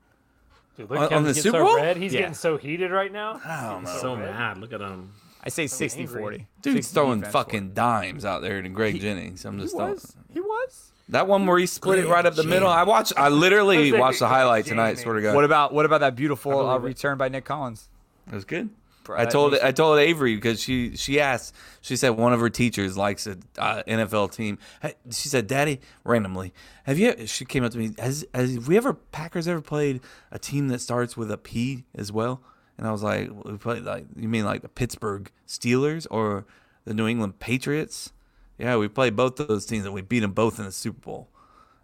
Dude, look, On- on Kevin's the getting Super so Bowl? Red. He's Yeah. getting so heated right now. Oh, So mad. Look at him. I say 60 40. Dude's throwing fucking dimes out there to Greg Jennings. I'm just throwing He was. that one where he split it right up the middle. I watched. I literally like, watched the highlight tonight. Swear to God, What about what about that beautiful uh, return by Nick Collins? It was good. I that told makes- I told Avery because she she asked she said one of her teachers likes a uh, NFL team. Hey, She said, "Daddy, randomly, have you?" e-" She came up to me. Has has we ever Packers ever played a team that starts with a P as well? And I was like, "We played like you mean like the Pittsburgh Steelers or the New England Patriots? Yeah, we played both those teams and we beat them both in the Super Bowl."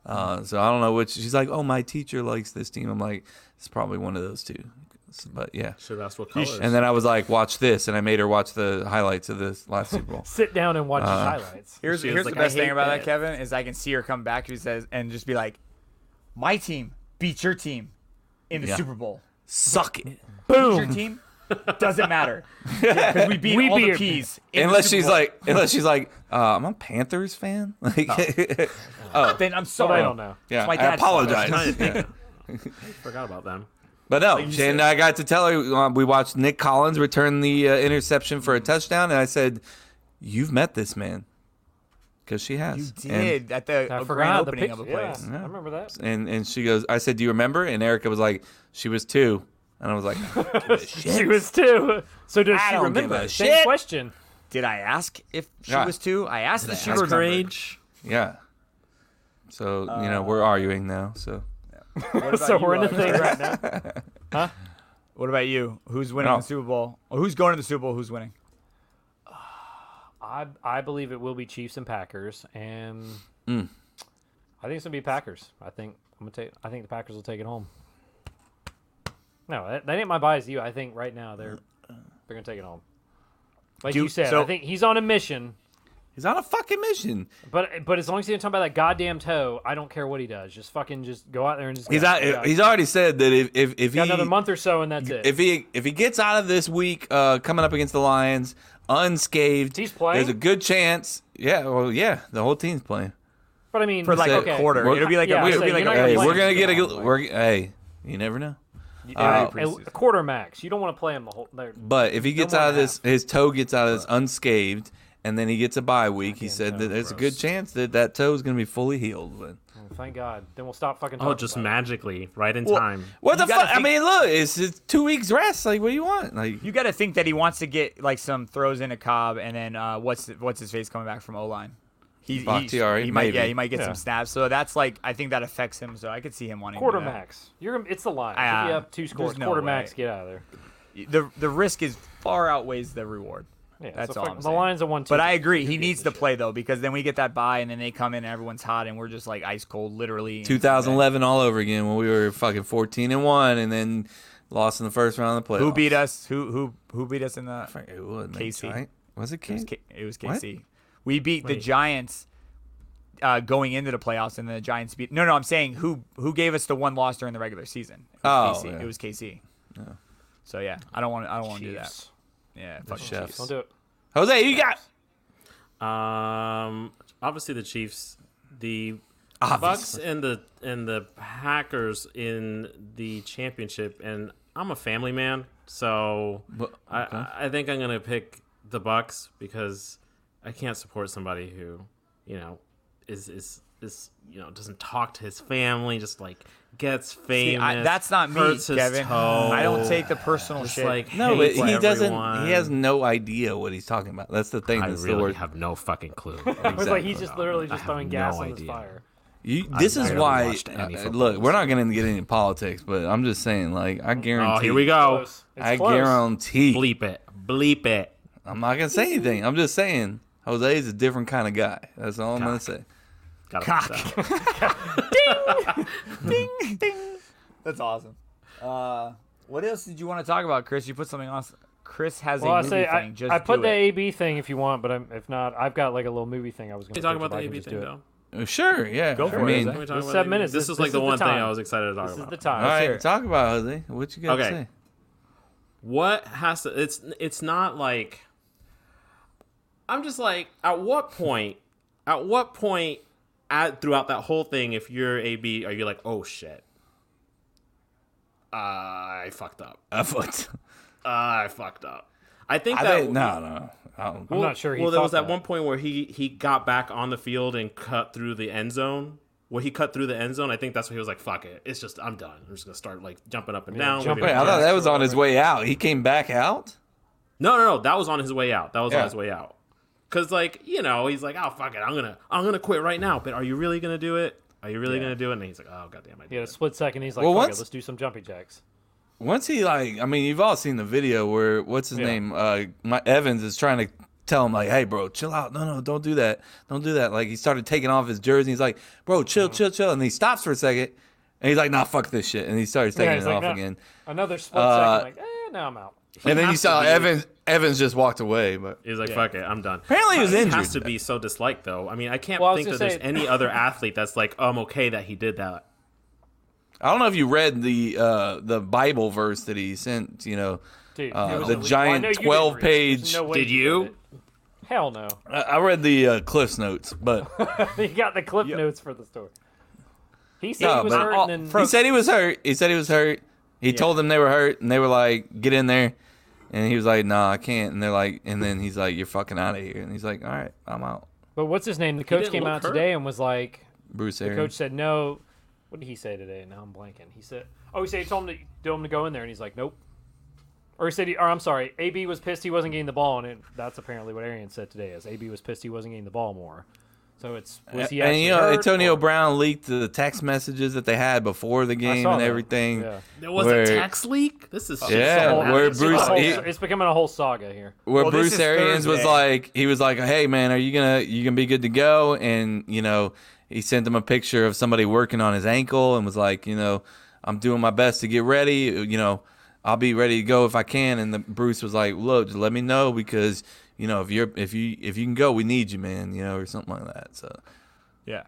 Uh, so I don't know which. She's like, oh, my teacher likes this team. I'm like, it's probably one of those two. S- But yeah. Should ask what colors. And then I was like, watch this, and I made her watch the highlights of this last Super Bowl. Sit down and watch the highlights. Here's, She was here's like, the "I best thing hate about that. that." Kevin, is I can see her come back. She says, and just be like, "My team beat your team in the Yeah. Super Bowl. Suck it. Boom. Your team doesn't matter because we beat We all beat the her. peas. in the Unless Super she's Bowl." like, unless she's like, uh, I'm a Panthers fan. Like, then I'm But I sorry. don't know. yeah, my I dad's apologize. Yeah. Forgot about them. But no, and I got to tell her uh, we watched Nick Collins return the uh, interception for a touchdown, and I said, "You've met this man," because she has. You And- did at the I a grand forgot the opening picture. of a yeah, place. I remember that. and and she goes, I said, "Do you remember?" And Erica was like, "She was two. and I was like, "I don't give a She shit." was too. So does I she don't give remember? a Same shit. question. Did I ask if she Yeah. was two? I asked that she Ask her remembered. age. yeah. So you Uh, know we're arguing now. So What about So you, we're in a Alex? thing right now. What about you? Who's winning No. the Super Bowl? Or who's going to the Super Bowl? Who's winning? I I believe it will be Chiefs and Packers, and Mm. I think it's gonna be Packers. I think I'm gonna take. I think the Packers will take it home. No, that, that ain't my bias. You, I think right now they're they're gonna take it home. Like Do- you said, so- I think he's on a mission. he's on a fucking mission. But but as long as he didn't talk about that goddamn toe, I don't care what he does. Just fucking just go out there and just. He's go. out, Yeah. he's already said that if if, if he got another month or so, and that's it. if he if he gets out of this week uh, coming up against the Lions unscathed, He's playing? There's a good chance. Yeah, well, yeah, the whole team's playing. but I mean, For like So- a okay. quarter. We're- It'll be like Yeah, a, I it'll say, be like you're a not Hey, playing we're gonna the get a Lions. good. We're, hey, you never know. Uh, Yeah, a, a quarter max. You don't want to play him the whole. they're- But if he gets more out of than this, his toe gets out of this unscathed, and then he gets a bye week, he said that there's a good chance that that toe is going to be fully healed. Then. Thank God. Then we'll stop fucking. Oh, talking just about it. magically, right in time. What You the gotta fuck? I think- mean, look, it's, it's two weeks rest. Like, what do you want? Like, You got to think that he wants to get like some throws into Cobb, and then uh, what's what's his face coming back from O line? He, he's- Bakhtiari, he might yeah, maybe. he might get Yeah. some snaps. So that's like I think that affects him. So I could see him wanting to uh, do Quarter that. max. You're gonna- it's the line. Ah, if you have two there's scores, no quarter way. max, get out of there. The the risk is far outweighs the reward. Yeah, That's so all fuck- I'm the saying. Lions are one. But I agree, he needs to play though because then we get that bye, and then they come in and everyone's hot, and we're just like ice cold, literally. 2011 all over again when we were fucking 14 and one, and then lost in the first round of the playoffs. Who beat us? Who who who beat us in the? It wasn't KC. Right? Was it It was, KC? K- it was What? KC. We beat the Giants uh, going into the playoffs, and the Giants beat. No, no, I'm saying who who gave us the one loss during the regular season? It was Oh, KC. yeah. it was KC. So yeah, I don't want I don't want to do that. Chiefs. Yeah, fuck Chefs. Chiefs. Don't do it. Jose, you got Um, obviously the Chiefs, the Bucks, obviously. and the and the Packers in the championship. And I'm a family man, so Bu- I, I think I'm gonna pick the Bucks because I can't support somebody who, you know, is is is you know doesn't talk to his family, just like gets See, famous. I, that's not me, hurts his Kevin. toe, I don't take the personal just shit. like No, but hates he doesn't. everyone. He has no idea what he's talking about. That's the thing. I That's the really word. have no fucking clue. It's like he's just Exactly. literally I just have throwing gas no on this idea. fire. You, this is barely why. watched any uh, football look, we're not going to get into politics, but I'm just saying. Like, I guarantee. Oh, here we go. Close. It's I close. guarantee. Bleep it. Bleep it. I'm not going to say anything. I'm just saying. Jose is a different kind of guy. That's all I'm going to say. Gotta Cock. put that. ding ding. That's awesome. Uh, what else did you want to talk about, Chris? You put something else. Chris has Well, a I movie say thing. I, Just I put do the it. AB thing if you want, but I'm, if not, I've got like a little movie thing I was going Can to we talk about the AB thing, though? Oh, Sure. Yeah. Go for I it, Jose. mean, Can we This talk about seven the- minutes. This, This- is like this the is the one thing time. I was excited to talk This is about. the time. all hear right. it. Talk about Jose. What you got to Okay. say? What has to? It's it's not like. I'm just like, at what point? At what point? At throughout that whole thing, if you're AB, are you like, oh shit? Uh, I fucked up. I fucked. Uh, I fucked up. I think I that think no, no. I don't- I'm not sure. He well, there was thought that, one point where he he got back on the field and cut through the end zone. Where he cut through the end zone, I think that's when he was like, "Fuck it, it's just I'm done. I'm just gonna start like jumping up and down." jump Wait, waving I my thought arms." that was on his way out. He came back out. No, no, no. That was on his way out. That was Yeah. on his way out. Cause like you know he's like, "Oh fuck it, I'm gonna I'm gonna quit right now." But are you really gonna do it? Are you really gonna do it? And he's like, "Oh goddamn, I did He had a it." split second. He's like, Well, "Fuck it, once- let's do some jumpy jacks." Once he like, I mean, you've all seen the video where what's his name, uh, my Evans is trying to tell him like, "Hey, bro, chill out. No, no, don't do that. Don't do that." Like he started taking off his jersey. He's like, "Bro, chill, chill, chill," and he stops for a second, and he's like, "Nah, fuck this shit," and he starts taking Yeah, he's it like, off "No." again. Another split Uh, second, like, eh, now I'm out. and then you has to saw be- Evans. Evans just walked away, but He's like, fuck it, I'm done. Apparently he was it injured. has to be so disliked, though. I mean, I can't Well, I was think that gonna there's say- any other athlete that's like, oh, I'm okay that he did that. I don't know if you read the uh, the Bible verse that he sent. You know, Dude, Uh, it was the a- giant I know you didn't 12 read it. There's page- no way Did you? read it. Hell no. I, I read the uh, Cliff's notes, but you got the clip notes for the story. He said no, he was but hurt, all- and then he said he was hurt. He said he was hurt. He told them they were hurt, and they were like, "Get in there," and he was like, "Nah, I can't." And they're like, and then he's like, "You're fucking out of here," and he's like, "All right, I'm out." But what's his name? The coach didn't came look out hurt. today and was like, Bruce the Arians. coach said no. What did he say today? Now I'm blanking. He said, oh, he said he told him to told him to go in there, and he's like, nope. Or he said, he- or I'm sorry, AB was pissed he wasn't getting the ball, and it, that's apparently what Arian said today is AB was pissed he wasn't getting the ball more. So it's was he and actually you know, hurt Antonio or- Brown leaked the text messages that they had before the I game saw and that. everything. Yeah. There was Where- a tax leak? This is Yeah, so where obvious. Bruce- Oh, E- It's, a whole- he- it's becoming a whole saga here. where Well, this Bruce is Arians was Thursday. like, he was like, "Hey man, are you gonna you gonna be good to go?" And you know, he sent him a picture of somebody working on his ankle and was like, you know, I'm doing my best to get ready. You know, I'll be ready to go if I can. And the, Bruce was like, "Look, just let me know because you know if you're if you if you can go, we need you, man. You know, or something like that." So. Yeah.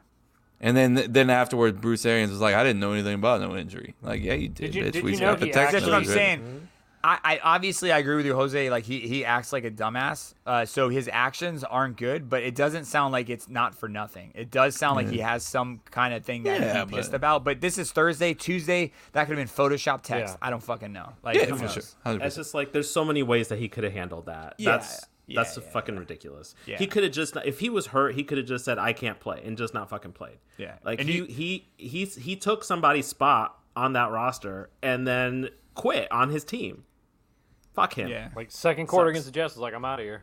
And then, then afterwards, Bruce Arians was like, "I didn't know anything about no injury." Like, yeah, you did, Did you- bitch. did we you got know the he text That's what I'm message. saying. I, I obviously I agree with you, Jose. Like he, he acts like a dumbass, uh, so his actions aren't good. But it doesn't sound like it's not for nothing. It does sound like he has some kind of thing that Yeah, he's pissed but- about. But this is Thursday, Tuesday. That could have been Photoshop text. Yeah. I don't fucking know. Like, Yeah, who for knows? sure, hundred It's percent. just like there's so many ways that he could have handled that. Yeah, that's yeah, that's yeah, fucking ridiculous. Yeah. He could have just if he was hurt, he could have just said I can't play and just not fucking played. Yeah. Like And he, you- he he he took somebody's spot on that roster and then quit on his team. Fuck him. Yeah. Like second quarter Sucks. against the Jets was like, I'm out of here.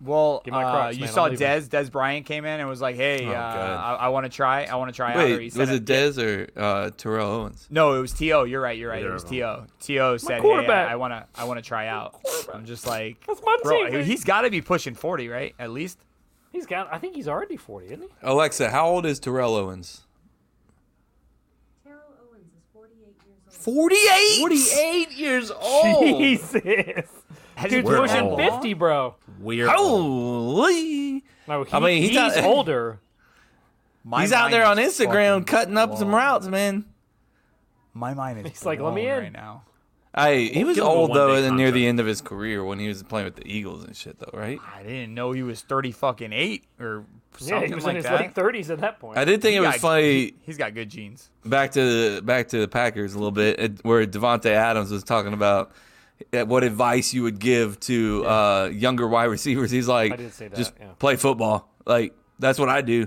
Well, my uh, Crocs, you man. saw I'm leaving. Des. Des Bryant came in and was like, "Hey, uh, I, Oh, God. I want to try. I want to try out." Or he Wait, said was it Dez or uh, Terrell Owens? No, it was To. You're right. You're right. Either it was of To. To said, "Hey, quarterback. I want to. I want to try out." I'm just like, That's my bro, team, man." he's got to be pushing 40, right? At least. He's got. I think he's already 40, isn't he? Alexa, how old is Terrell Owens? Carol Owens is 48 years old. 48? 48 years old. Jesus. Has he Dude's worked pushing that long? 50, bro. Weird. Holy. No, he, I mean, he's he's, not- older. My He's out mind there on is Instagram fucking cutting up some blown. routes, man. My mind is. He's like, "Let me in." right now. Hey, he was give him a old though, one-day and near the contract. end of his career when he was playing with the Eagles and shit, though, right? I didn't know he was 30 fucking eight or Yeah, something he was in like his that. late 30s at that point. I did think it was Yeah, funny. he- He's got good genes. back to the back to the Packers a little bit, it- where Devonte Adams was talking about uh, what advice you would give to uh, younger wide receivers. He's like, I did say that, just yeah. play football. Like that's what I do.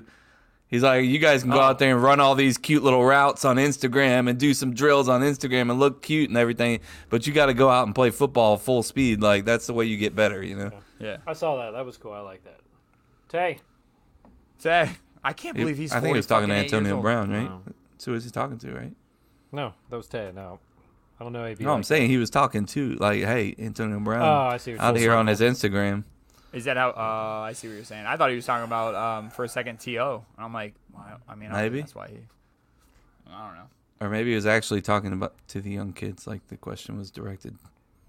He's like, you guys can Oh. go out there and run all these cute little routes on Instagram and do some drills on Instagram and look cute and everything, but you got to go out and play football full speed. Like that's the way you get better, you know. Yeah. I saw that. That was cool. I like that. Tay, Say, I can't believe he's. I think he 40 was talking to fucking eight years Antonio old. Brown, right? That's who is he talking to, right? no, that was Tay. No, I don't know AB. No, I'm like saying he was talking to like, hey, Antonio Brown. Oh, I see what out you're here saying. on his Instagram. Is that how? Uh, I see what you're saying. I thought he was talking about um, for a second To, and I'm like, well, I mean, I don't think Maybe. that's why he. I don't know. Or maybe he was actually talking about to the young kids, like the question was directed.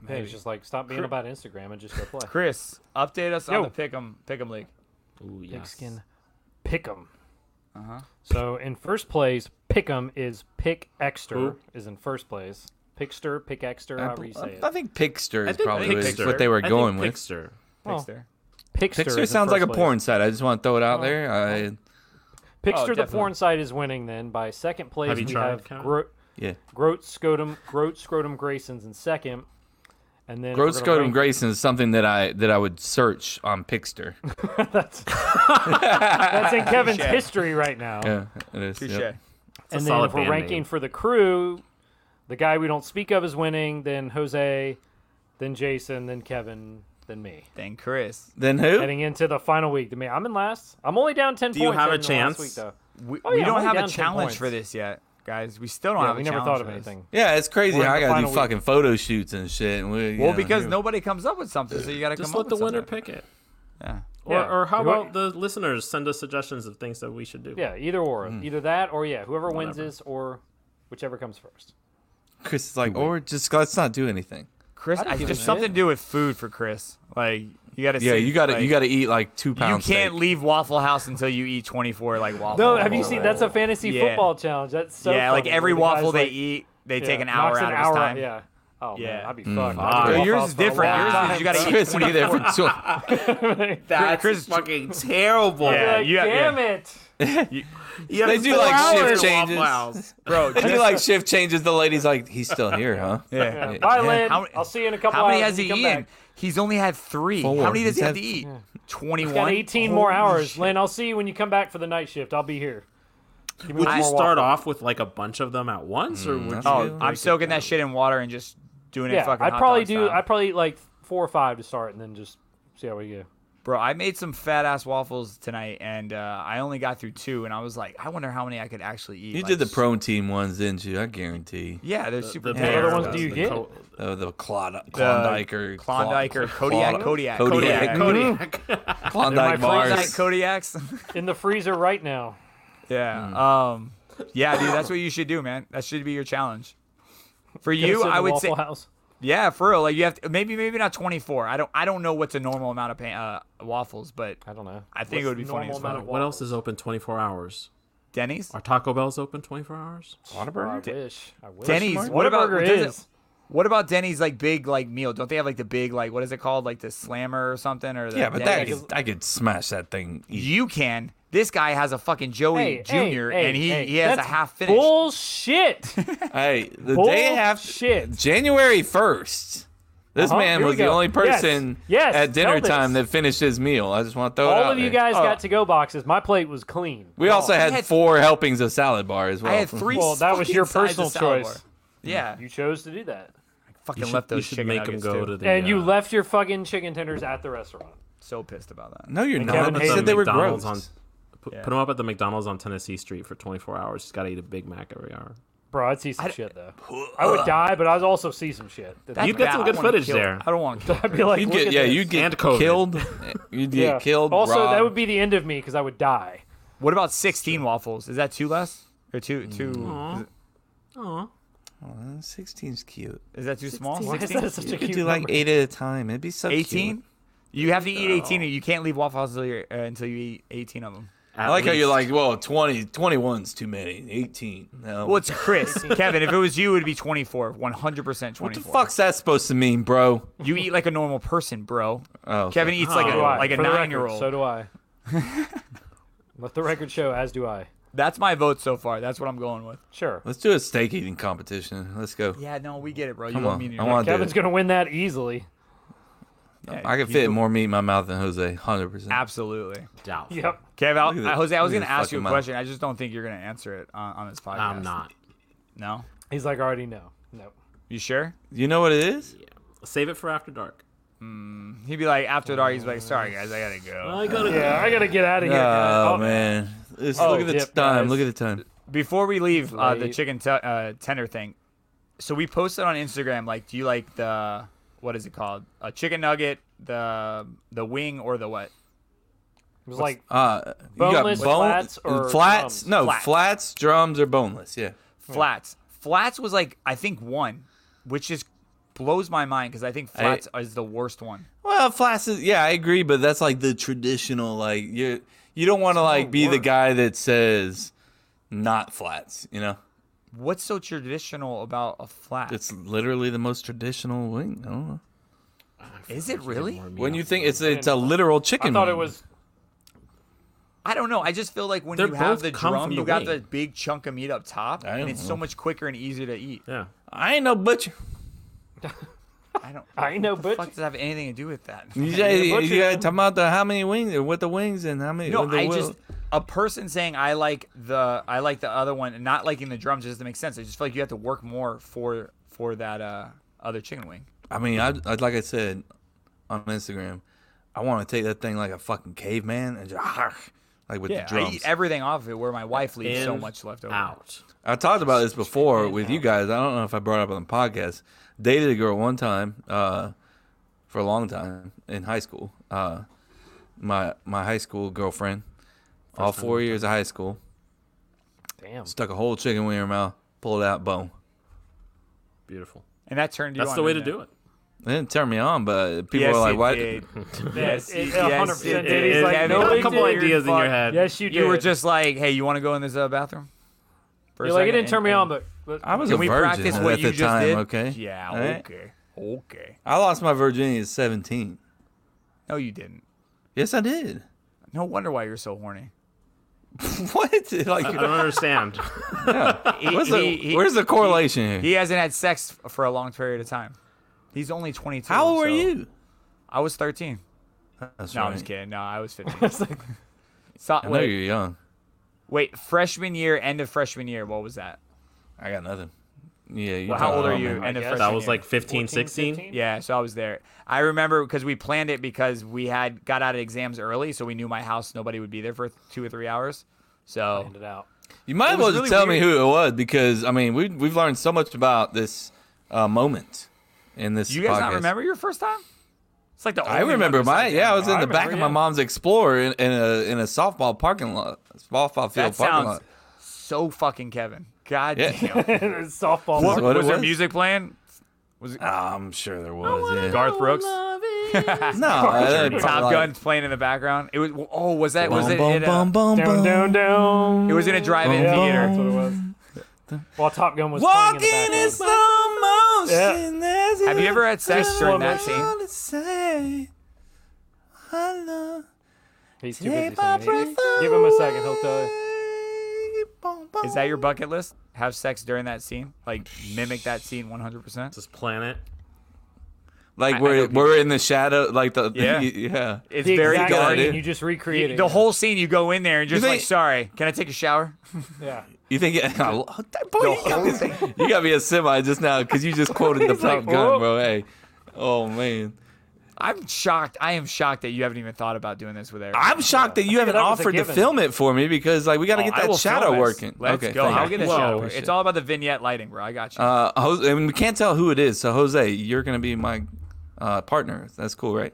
that. Hey, it's just like stop being about Instagram and just go play. Chris, update us on Yo. the pick'em pick'em league. Ooh, yes. Pigskin Pick'em. Uh-huh. So in first place, Pick'em is Pick Exter is in first place. Pickster, Pick Exter, however you say I it. think Pickster I is think probably was Pickster. what they were I think going with. Pickster. Oh, Pickster. Pickster, is Pickster in sounds like first a place. porn site. I just want to throw it out there. I, Oh, Pickster, the definitely. porn site, is winning then by second place. Have you we tried, have Kevin? Gro- yeah. Groat Scotum Groat Scrotum Grayson's in second. And then if we're Gross gonna Scrotum rank- Grayson is something that I that I would search on Pickster. That's in Kevin's history right now. yeah, it is. Touche. yep. and then a solid if we're band ranking name. for the crew, the guy we don't speak of is winning, then Jose, then Jason, then Kevin, then me. Then Chris, Then who? Heading into the final week, the me I'm in last. I'm only down ten Do you points. have a heading into last chance? Week, though. we, Oh, we yeah, I'm don't only have down a 10 challenge for points. this yet, guys. We still don't Yeah, have. we a never challenge thought of for this. anything. Yeah, it's crazy. We're in I the gotta do final week. fucking photo shoots and shit. And we, you Well, know, because you- nobody comes up with something, so you got to Just come up let with the winner something. pick it. Or, Yeah. or how You want- about the listeners send us suggestions of things that we should do? Yeah, either or, either that or yeah, whoever wins this or whichever comes first. Chris is like, or just let's not do anything. Chris, I don't I, give a there's shit. something to do with food for Chris. Like you gotta. Yeah, save, you got to like, you got to eat like two You pounds. can't leave Waffle House until you eat 24 like waffles. No, have you seen? That's a fantasy Yeah. football challenge. That's so. yeah, like funny, where every the waffle guy's they like- eat, they yeah, take an knocks hour out of his time. Yeah. Oh yeah. man, Yeah. I'd be fucked. fuck. Yours is different. Yours is you gotta eat Chris would 20. be there for tw- That's Chris- fucking terrible. Yeah, Like, you have- damn yeah. it. You have They do four like hours shift at changes. Waffle House. bro. they just- do like shift changes. The lady's like, he's still here, huh? yeah. Bye, Yeah. Lynn. How- I'll see you in a couple How many hours has when he you come eaten? back. He's only had three. Four. How many does He's he have had- to eat? He's got 21. 18 more hours. Lynn, I'll see you when you come back for the night shift. I'll be here. Give me Would one you more start waffle. off with like a bunch of them at once, or would you? Oh, I'm soaking that shit in water and just doing it. Yeah, fucking I'd hot probably dog do. style. I'd probably eat like four or five to start, and then just see how we go. Bro, I made some fat ass waffles tonight, and uh, I only got through two, and I was like, I wonder how many I could actually eat. You Like, did the pro team ones, didn't you? I guarantee. Yeah, they're super. the tender. other ones do you get? Uh, the Klond- Klondike or Klondike or Klo- Kodiak, Klo- Kodiak, Kodiak, Kodiak. Klondike They're my Like bars. Kodiaks. In the freezer right now. yeah. Mm. Um. Yeah, dude, that's what you should do, man. That should be your challenge. For Gonna you, sit in I the would say, Waffle House. yeah, for real. Like you have to, maybe, maybe not 24. I don't, I don't know what's a normal amount of pan, uh, waffles, but I don't know. I think it What's would be the funny normal as fuck. amount of What waffle? else is open 24 hours? Denny's. Are Taco Bell's open 24 hours? I wish. I wish. Denny's, What, what about- burger does it- is? What about Denny's like big like meal? Don't they have like the big like what is it called like the slammer or something or the Yeah, but Denny's- that could, I could smash that thing. easy. you can. This guy has a fucking Joey Hey, hey, Junior hey, and he hey, he has a that's half finished. Bullshit. Hey, the day after Bullshit. January first, this Uh-huh, man here we was the go. only person Yes, yes, at dinner tell this. time that finished his meal. I just want to throw it All out of you there. Oh. guys got Oh. to go boxes. My plate was clean. We also had, Oh. had- four helpings of salad bar as well. I had three. Well, that was fucking your sides of personal salad choice. bar. Yeah, You chose to do that. fucking You should, left you those should chicken make them nuggets, go too. to the. And you uh, left your fucking chicken tenders at the restaurant. So pissed about that. No, you're put not. 'em at You the said they were McDonald's gross. On, put, them up at the McDonald's on Tennessee Street for 24 hours. Just gotta eat a Big Mac every hour. Bro, I'd see some shit though. I would die, but I'd also see some shit. That's You'd get bad. some I good wanna footage kill- there. I don't want to. I'd be like, You'd "Look get at yeah, this." you'd And get COVID. killed. You'd get Yeah. killed. Also, that robbed. would be the end of me because I would die. What about sixteen waffles? Is that two less or two two? Is, Mm-hmm. it- Uh, 16's cute. is that too small? Why is 16? that such a You cute could do like number? eight at a time. It'd be so cute. 18? You have to eat 18 and you can't leave Waffle House until, you're, uh, until you eat 18 of them. I like how you're like, well, 20, 21's too many. 18. No. Well, it's Chris. Kevin, if it was you, it would be 24. 100% 24. what the fuck's that supposed to mean, bro? You eat like a normal person, bro. Oh, okay. Kevin eats like a, So do I, like a for the record, nine year old. So do I. Let the record show, as do I. That's my vote so far. That's what I'm going with. Sure. Let's do a steak eating competition. Let's go. Yeah, no, we get it, bro. Come you on. want me to I want to do Kevin's it. gonna win that easily. Yeah, I can you fit do- more meat in my mouth than Jose, 100%. Absolutely. doubt. Yep. Kevin, I'll- Look at that- I- Jose, I was look at going to his ask you a fucking mouth. question. I just don't think you're going to answer it on, on this podcast. I'm not. No? He's like, I already know. Nope. You sure? You know what it is? Save it for after dark. He'd be like, after dark, he's like, sorry, guys, I got to go. I gotta. Yeah, I gotta get out of here. Oh, I'll- man. This- Uh, Oh, look at the yep, time. guys. Look at the time. Before we leave uh, the Late. chicken t- uh, tender thing, so we posted on Instagram like, do you like the what is it called? A chicken nugget, the the wing, or the what? It was like Uh, Boneless, you got bone- flats, or flats? drums? No, Flats. flats. drums, or boneless. Yeah. Flats. Flats was like I think one, which just blows my mind because I think flats is the worst one. Well, flats is yeah, I agree, but that's like the traditional like you you don't want to like be the guy that says not flats, you know? What's so traditional about a flat? It's literally the most traditional wing. I don't know. is it really? When you think it's it's a literal chicken I thought wing. it was. I don't know. I just feel like when They're you have both the come drum, from you the got the wing. big chunk of meat up top, I and don't it's so know. much quicker and easier to eat. Yeah. I ain't no butcher. I don't. I know, What the but fuck does that have anything to do with that? You, just- you, butcher, gotta man. talk about the how many wings with the wings and how many No, with the I will. just a person saying I like the I like the other one and not liking the drums just doesn't make sense. I just feel like you have to work more for for that uh other chicken wing. I mean, I, I like I said on Instagram, I want to take that thing like a fucking caveman and just like with the I drums. eat everything off of it where my wife leaves so In, much left over. Out. I talked about this before with you guys. I don't know if I brought it up on the podcast. Dated a girl one time, uh, for a long time in high school, uh, my my high school girlfriend. all four years of high school, Damn. stuck a whole chicken wing in her mouth, pulled out bone. Beautiful. And that turned you That's on, the way to didn't do it. It didn't turn me on, but people Yes, were like, it "Why?" did. Yes, it- it- yes, 100% it did. He's did. like, Kevin, you no, a it had did. couple did. ideas in your Fuck. head. Yes, you did. You were just like, hey, you want to go in this uh, bathroom? For a You're like, it second? didn't turn And- me on, and- but, but I was Can a we virgin practice at what the you just time, did? okay? Yeah, All right? okay. Okay. I lost my virginity at 17. No, you didn't. Yes, I did. No wonder why you're so horny. what? Like, I don't understand. what's the, Uh, he- he- where's the correlation here? He hasn't had sex f- for a long period of time. He's only 22. How old were so- you? I was 13. That's No, I'm just kidding. No, I was 15. so, I know wait, you're young. wait, freshman year, end of freshman year, what was that? I got nothing. Yeah. You Well, how talk old are about you? me. End of guess. freshman that was year. like 15, 16. Yeah, so I was there. I remember because we planned it because we had got out of exams early, so we knew my house nobody would be there for two or three hours. So Ended out. You might as well was really just tell me weird. who it was because I mean we we've learned so much about this uh, moment in this. do you guys not podcast. remember your first time? It's like the I only one remember that's my like- yeah. I was in I the back remember, of my yeah. mom's Explorer in, in a in a softball parking lot, softball field That parking sounds lot. so fucking Kevin. God Yeah. damn. Softball. What? was there was? music playing? Ah, I'm sure there was. yeah. Garth Brooks, no, I- I- Top like- Gun's playing in the background. It was oh, was that was Bum, it? bum, at a- bum, bum, Down, bum. down, down. It was in a drive-in Yeah, that's theater. what it was. While Top Gun was playing in the Walking in background. slow motion. as Have you ever had sex I during that scene? wanna say I love- He's too busy Take my singing. breath Give him a second, he'll tell away. Bum, bum, Is that your bucket list? Have sex during that scene? Like mimic that scene 100%? This planet. Like I we're know people- we're in the shadow, like the Yeah. yeah. It's The very exact good, scene, dude. You just recreated The it. whole scene, you go in there and just think- like, sorry, can I take a shower? Yeah. You think boy, you, got me, you got me a semi just now because you just quoted the Top Gun, "Whoa." bro. Hey, oh man, I'm shocked. I am shocked that you haven't even thought about doing this with Eric. I'm shocked that you haven't that was a offered to given. film it for me because like we got to Oh, get I will that shadow film this. working. Let's okay, go. thank I'll you. get a Whoa. shadow. Shit. It's all about the vignette lighting, bro. I got you. Uh, Jose, and we can't tell who it is. So Jose, you're gonna be my uh, partner. That's cool, right?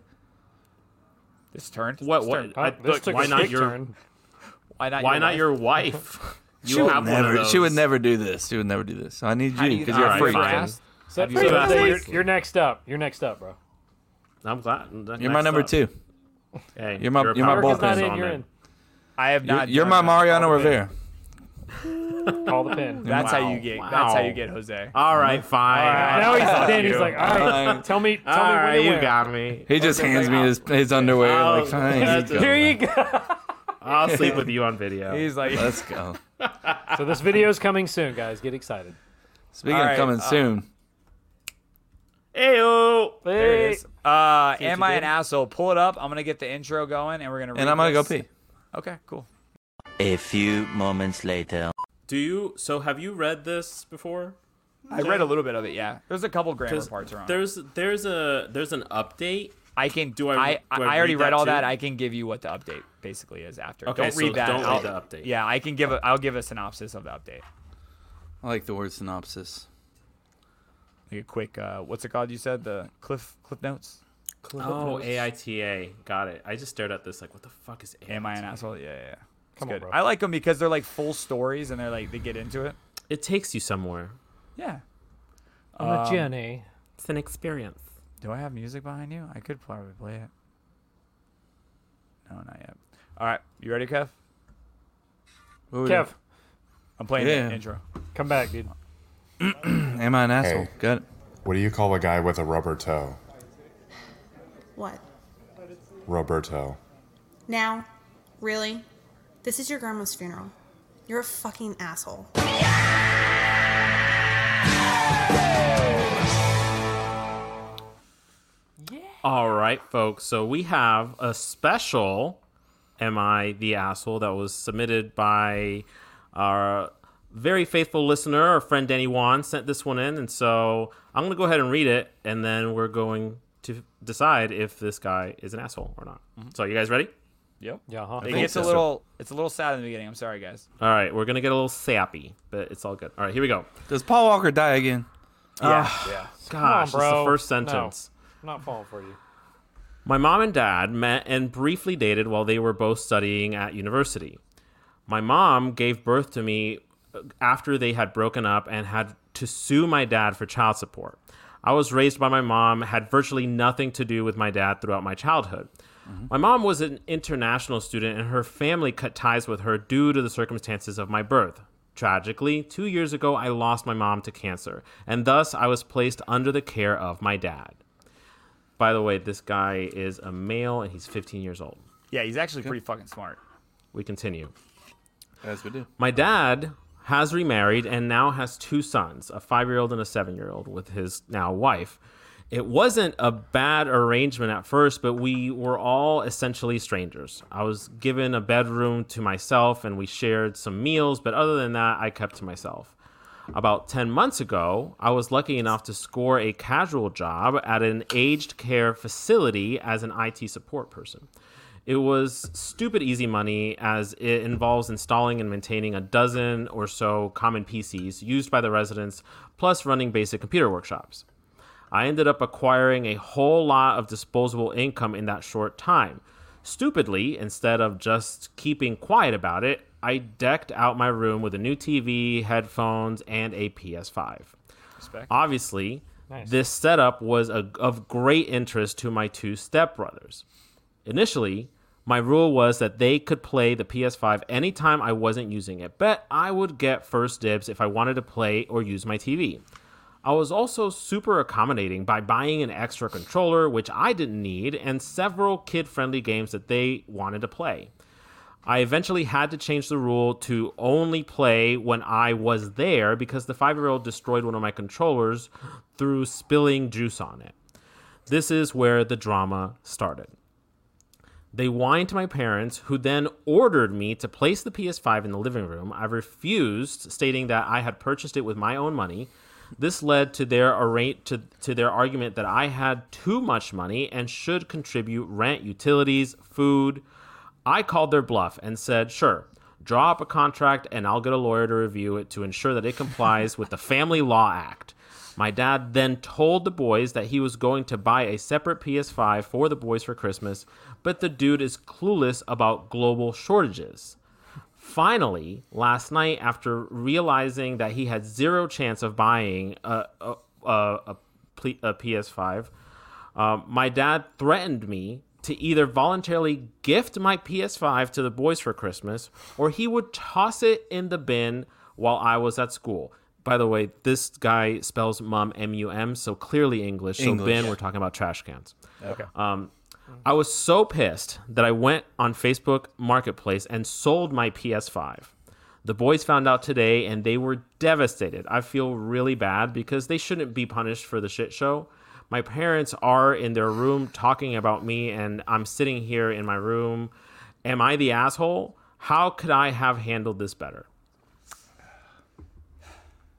this turned. What? This What? turned. I, This look, took why a not big your? turn. Why not? Why your not wife? your wife? You have never, one of those. She would never do this. She would never do this. So I need How do you you- because all you're a right, freak. fine. Asked? Have you So ever- that's- You're, you're next up. You're next up, bro. I'm glad. You're my number two. Hey, You're my- a you're my power bullpen. America's couple not is in. on You're there. in. I have You're, not. you're done my that. Mariano Rivera. Call the pin. That's how Wow. you get. That's how you Wow. get Jose. Uh, All right, fine. now he's then he's you. like, all right, tell me, tell All me right, when to you wear. got me. He just hands me his, his underwear. Oh, like, fine, you that's- go. Here Here you go. I'll sleep with you on video. He's like, Let's go. So this video's coming soon, guys. Get excited. Speaking All of right, coming soon, Ayo. there Hey. it is. Uh, what am you I an did? asshole? Pull it up. I'm gonna get the intro going, and we're gonna. and read I'm gonna go this. pee. Okay, cool. A few moments later. Do you? So have you read this before? I read a little bit of it. Yeah, there's a couple grammar parts around. it. There's there's a there's an update. I can Do do. I- I do I, I I, already read that read all too? that. I can give you what the update basically is after. Okay, don't so read that. don't read I'll- the update. Yeah, I can give a. I'll give a synopsis of the update. I like the word synopsis. Like a quick. Uh, what's it called? You said the cliff cliff notes. Oh, AITA. Got it. I just stared at this like, what the fuck is AITA? Am I an asshole? Yeah, yeah. yeah. It's Come on, good. bro. I like them because they're like full stories and they're like they get into it. It takes you somewhere. Yeah. On a journey. It's an experience. Do I have music behind you? I could probably play it. No, not yet. All right, you ready, Kev? What would- Kev, I'm playing Yeah. the intro. come back, dude. Am I an asshole? Got it. What do you call a guy with a rubber toe? What? Rubber toe. Now? Really? This is your grandma's funeral. You're a fucking asshole. All right, folks. So we have a special Am I the Asshole that was submitted by our very faithful listener, our friend Danny Wan sent this one in. And so I'm going to go ahead and read it, and then we're going to decide if this guy is an asshole or not. So, you guys ready? Yeah, huh? It gets a so. little. It's a little sad in the beginning. I'm sorry, guys. All right, we're going to get a little sappy, but it's all good. All right, here we go. Ah, Does Paul Walker die again? Yeah. yeah. Gosh, bro. it's the first No. sentence. I'm not falling for you. My mom and dad met and briefly dated while they were both studying at university. My mom gave birth to me after they had broken up and had to sue my dad for child support. I was raised by my mom, had virtually nothing to do with my dad throughout my childhood. My mom was an international student, and her family cut ties with her due to the circumstances of my birth. Tragically, two years ago, I lost my mom to cancer, and thus I was placed under the care of my dad. By the way, this guy is a male and he's 15 years old. Yeah, he's actually pretty fucking smart. We continue. As we do. My dad has remarried and now has two sons, a five year old and a seven year old, with his now wife. It wasn't a bad arrangement at first, but we were all essentially strangers. I was given a bedroom to myself and we shared some meals, but other than that, I kept to myself. About 10 months ago, I was lucky enough to score a casual job at an aged care facility as an IT support person. It was stupid easy money as it involves installing and maintaining a dozen or so common PCs used by the residents, plus running basic computer workshops. I ended up acquiring a whole lot of disposable income in that short time. Stupidly, instead of just keeping quiet about it, I decked out my room with a new TV, headphones, and a PS5. Obviously, Nice. this setup was a, of great interest to my two stepbrothers. Initially, my rule was that they could play the PS5 anytime I wasn't using it, but I would get first dibs if I wanted to play or use my TV. I was also super accommodating by buying an extra controller, which I didn't need, and several kid friendly games that they wanted to play. I eventually had to change the rule to only play when I was there because the five year old destroyed one of my controllers through spilling juice on it. This is where the drama started. They whined to my parents, who then ordered me to place the PS5 in the living room. I refused, stating that I had purchased it with my own money. This led to their arra- to, to their argument that I had too much money and should contribute rent, utilities, food. I called their bluff and said, "Sure, draw up a contract and I'll get a lawyer to review it to ensure that it complies with the Family Law Act." My dad then told the boys that he was going to buy a separate PS5 for the boys for Christmas, but the dude is clueless about global shortages. Finally, last night, after realizing that he had zero chance of buying a, a, a, a, ple- a PS5, um, my dad threatened me to either voluntarily gift my PS5 to the boys for Christmas or he would toss it in the bin while I was at school. By the way, this guy spells mum M U M, so clearly English. So English. bin, we're talking about trash cans. Okay. Um, I was so pissed that I went on Facebook Marketplace and sold my PS5. The boys found out today and they were devastated. I feel really bad because they shouldn't be punished for the shit show. My parents are in their room talking about me and I'm sitting here in my room. Am I the asshole? How could I have handled this better?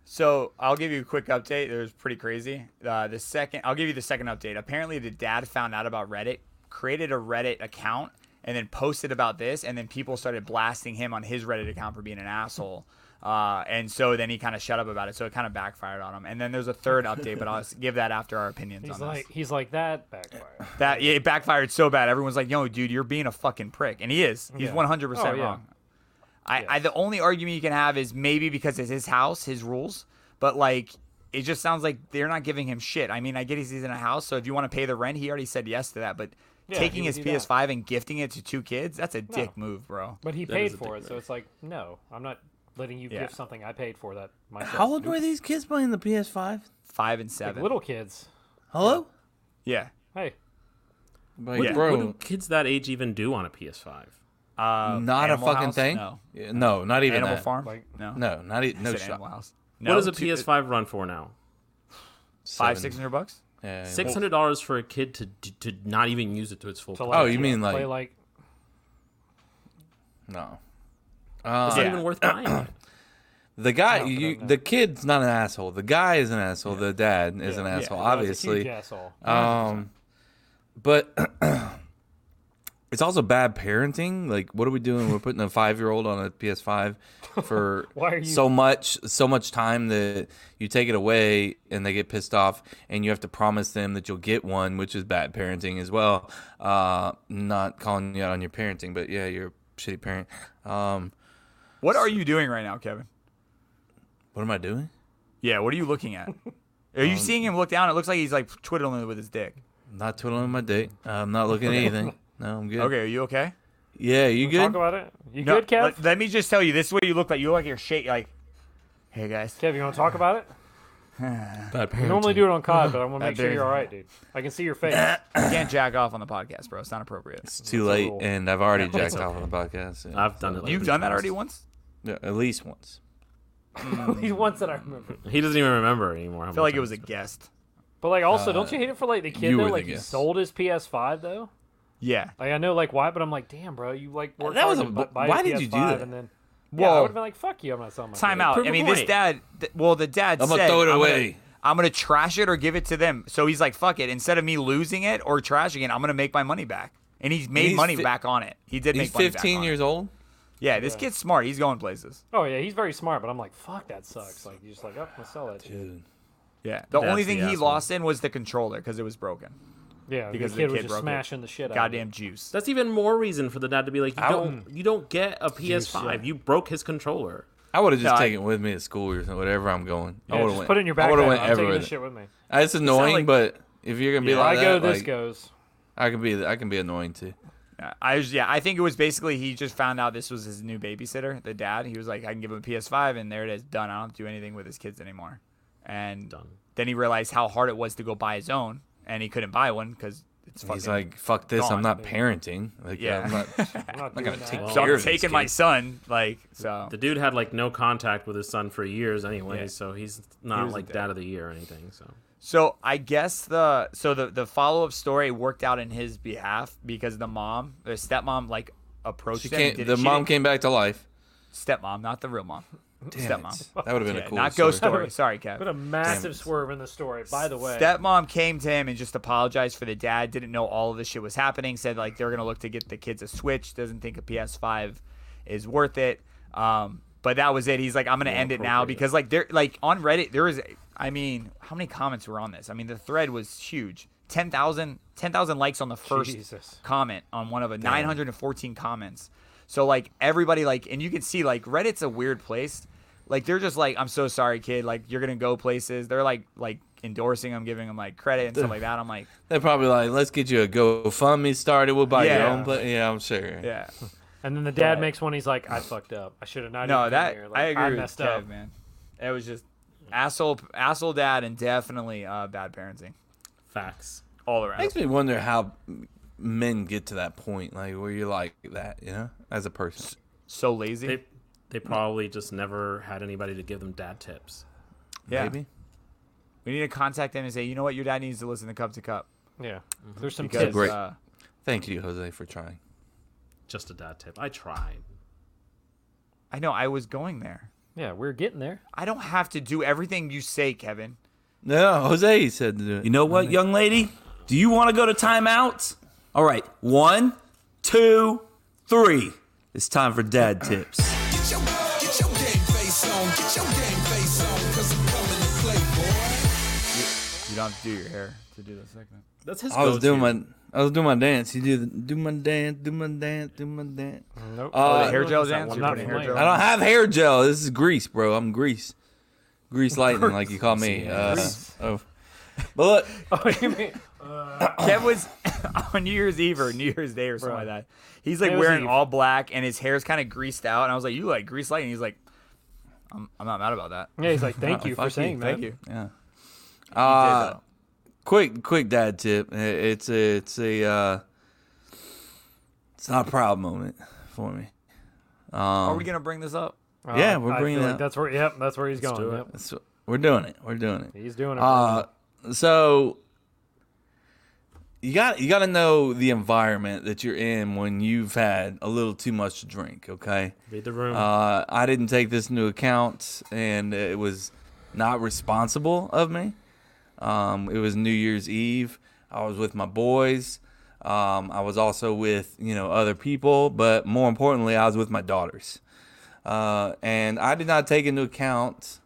So I'll give you a quick update. It was pretty crazy. Uh, the second, I'll give you the second update. Apparently, the dad found out about Reddit, created a Reddit account, and then posted about this, and then people started blasting him on his Reddit account for being an asshole. Uh, and so then he kind of shut up about it. So it kind of backfired on him. And then there's a third update, but I'll s- give that after our opinions He's on like he's like that backfire. this. That yeah, it backfired so bad. Everyone's like, "Yo, dude, you're being a fucking prick," and he is. He's Yeah. 100 Oh, percent yeah. wrong. I, I the only argument you can have is maybe because it's his house, his rules, but like it just sounds like they're not giving him shit. I mean, I get he's in a house, so if you want to pay the rent, he already said yes to that. But Yeah, he taking would his do that. PS5 and gifting it to two kids, that's a dick move, bro. But he paid for it, so it's like, no, I'm not letting you Yeah. give something I paid for that myself. How old were these kids playing the PS5? Five and Like seven. little kids. Hello? yeah. Hey. Like, what, bro, what do kids that age even do on a PS5? Uh, not a Animal fucking House? thing. No. Yeah, no, not even Animal that. Farm. Like- no. No, not e- I no said shot. Animal House. what does a two- PS5 run for now? Five, Seven. six hundred bucks. Yeah, yeah. Six hundred dollars for a kid to, to to not even use it to its full. To potential. Oh, you mean play like like no? It's Uh, not even worth buying. it. the guy, you, the kid's not an asshole. The guy is an asshole. The dad is an Yeah. asshole, Uh, Um, Yeah, he's a huge obviously. asshole. Um, but It's also bad parenting. Like, what are we doing? We're putting a five-year-old on a PS5 for Why are you- so much, so much time that you take it away and they get pissed off, and you have to promise them that you'll get one, which is bad parenting as well. Uh, not calling you out on your parenting, but yeah, you're a shitty parent. Um, What are you doing right now, Kevin? what am I doing? Yeah, what are you looking at? Are you Um, seeing him look down? It looks like he's like twiddling with his dick. Not twiddling my dick. I'm not looking at Okay. anything. No, I'm good. Okay, are you okay? Yeah, you good? Talk about it. You No, good, Kev? Let, let me just tell you, this is what you look like. You look like you're shake like. Hey guys. Kev, you want to talk about it? Bad We normally do it on COD, but I want to make sure you're all right, dude. I can see your face. You can't jack off on the podcast, bro. It's not appropriate. It's Too That's a late, rule. and I've already That's jacked off on the podcast. yeah. I've done it like You've three done that times. already once. Yeah, at least once. He's once that I remember. He doesn't even remember anymore. how I feel like much it was I- a guest. But like, also, Uh, don't you hate it for like the kid you though? were the Like, he guest. sold his PS5 though. Yeah. Like, I know like why, but I'm like, damn, bro, you like worked That hard was to a- bu- buy why a did you do PS5 that? And then, yeah, I Whoa. would have been like, fuck you, I'm not selling my Time PS5. out. Prove I a mean, this point. dad. th- well, the dad I'm gonna said, throw it I'm away." Gonna, I'm gonna trash it or give it to them. So he's like, "Fuck it." Instead of me losing it or trashing it, I'm gonna make my money back. And he's made he's money fi- back on it. He did He's make money back 15 on it. years old. Yeah, this kid's smart. He's going places. Oh yeah, he's very smart, but I'm like, fuck, that sucks. Like, you're just like, oh, I'm gonna sell that shit. Yeah. The That's only the thing he asshole. lost in was the controller because it was broken. Yeah, Because because the the kid, was kid just broke it. smashing the shit out. Goddamn of juice. That's even more reason for the dad to be like, you I don't, you don't get a PS5. yeah. You broke his controller. I would have just No, I- taken it with me to school or something, wherever I'm going. it. I Yeah, would just have went. put it in your I would backpack. have went I'm taking everywhere. this shit with me. Uh, It's annoying, like- but if you're gonna be Yeah, like I go, that, this like, goes. I can be. I can be annoying too. Yeah, I was, yeah, I think it was basically he just found out this was his new babysitter, the dad. He was like, I can give him a PS5, and there it is, done. I don't have to do anything with his kids anymore. And Done. then he realized how hard it was to go buy his own, and he couldn't buy one because it's fucking. He's like, "Fuck this! gone, I'm not parenting. Like, Yeah. I'm not. I'm not I doing gotta that. take so care I'm of this taking my kid." son, like so. The dude had like no contact with his son for years anyway, Yeah. so he's He not was a like dad. dad. of the year or anything. So So I guess the so the the follow up story worked out in his behalf because the mom, the stepmom, like approached She him. can't. did- The she mom didn't- came back to life. Stepmom, not the real mom. Damn Stepmom. it. That would have been Yeah, a cool. not story. ghost story. Sorry, Kev. But a Damn massive it. swerve in the story. By the way, Stepmom came to him and just apologized for the dad. Didn't know all of this shit was happening. Said like they're gonna look to get the kids a Switch. Doesn't think a PS5 is worth it. Um, but that was it. He's like, I'm gonna end it now because like there, like on Reddit, there is. I mean, how many comments were on this? I mean, the thread was huge. 10,000 10,000 likes on the first Jesus. comment on one of a 914 comments. So like everybody like, and you can see like Reddit's a weird place. Like they're just like, I'm so sorry, kid. Like you're gonna go places. They're like like endorsing them, giving them like credit and stuff like that. I'm like, They're probably like, "Let's get you a GoFundMe started. We'll buy your Yeah. own." But yeah, I'm sure. yeah, and then the dad makes one. He's like, I fucked up. I should have not. even no, been that here. Like, I agree with messed Kev, up. man. It was just asshole, asshole dad, and definitely uh, bad parenting facts. all around. Makes me wonder how men get to that point, like where you're like that, you know, as a person. So lazy. They they probably just never had anybody to give them dad tips. yeah, Maybe. we need to contact them and say, you know what, your dad needs to listen to Cup to Cup Yeah, there's some because tips. Great. uh, Thank you, Jose, for trying. Just a dad tip. I tried. I know I was going there. Yeah, we're getting there. I don't have to do everything you say, Kevin. No, Jose said to do it. You know what, young lady? Do you want to go to timeout? All right, one, two, three. It's time for dad tips. Get your, get your game face on. Get your game face on. Cause I'm coming to play, boy. You don't have to do your hair to do the segment. That's his. I was go-to. doing my I was doing my dance. You do the, do my dance, do my dance, do my dance. Nope. Oh, Uh, the hair gel dance. one You're not putting hair familiar. gel I don't in? have hair gel. This is grease, bro. I'm grease. Grease lightning, like you call me. Uh, oh. But look, Oh, you mean Kev was on New Year's Eve or New Year's Day or something Bruh. like that. He's like It was wearing Eve. all black and his hair's kind of greased out. And I was like, "You like grease light?" And he's like, "I'm, I'm not mad about that." Yeah, he's like, thank you fuck for you, saying that. Thank you. yeah. He Uh, did, though. quick, quick dad tip. I- It's a, it's a, uh, it's not a proud moment for me. Are we gonna bring this up? Uh, Yeah, we're I feel bringing it like up. That's where. Yep, that's where he's going. do it. Yep. So we're doing it. We're doing it. He's doing it. Uh, so you got you got to know the environment that you're in when you've had a little too much to drink. Okay. Read the room. Uh, I didn't take this into account, and it was not responsible of me. Um, it was New Year's Eve. I was with my boys. Um, I was also with you know other people, but more importantly, I was with my daughters, uh, and I did not take into account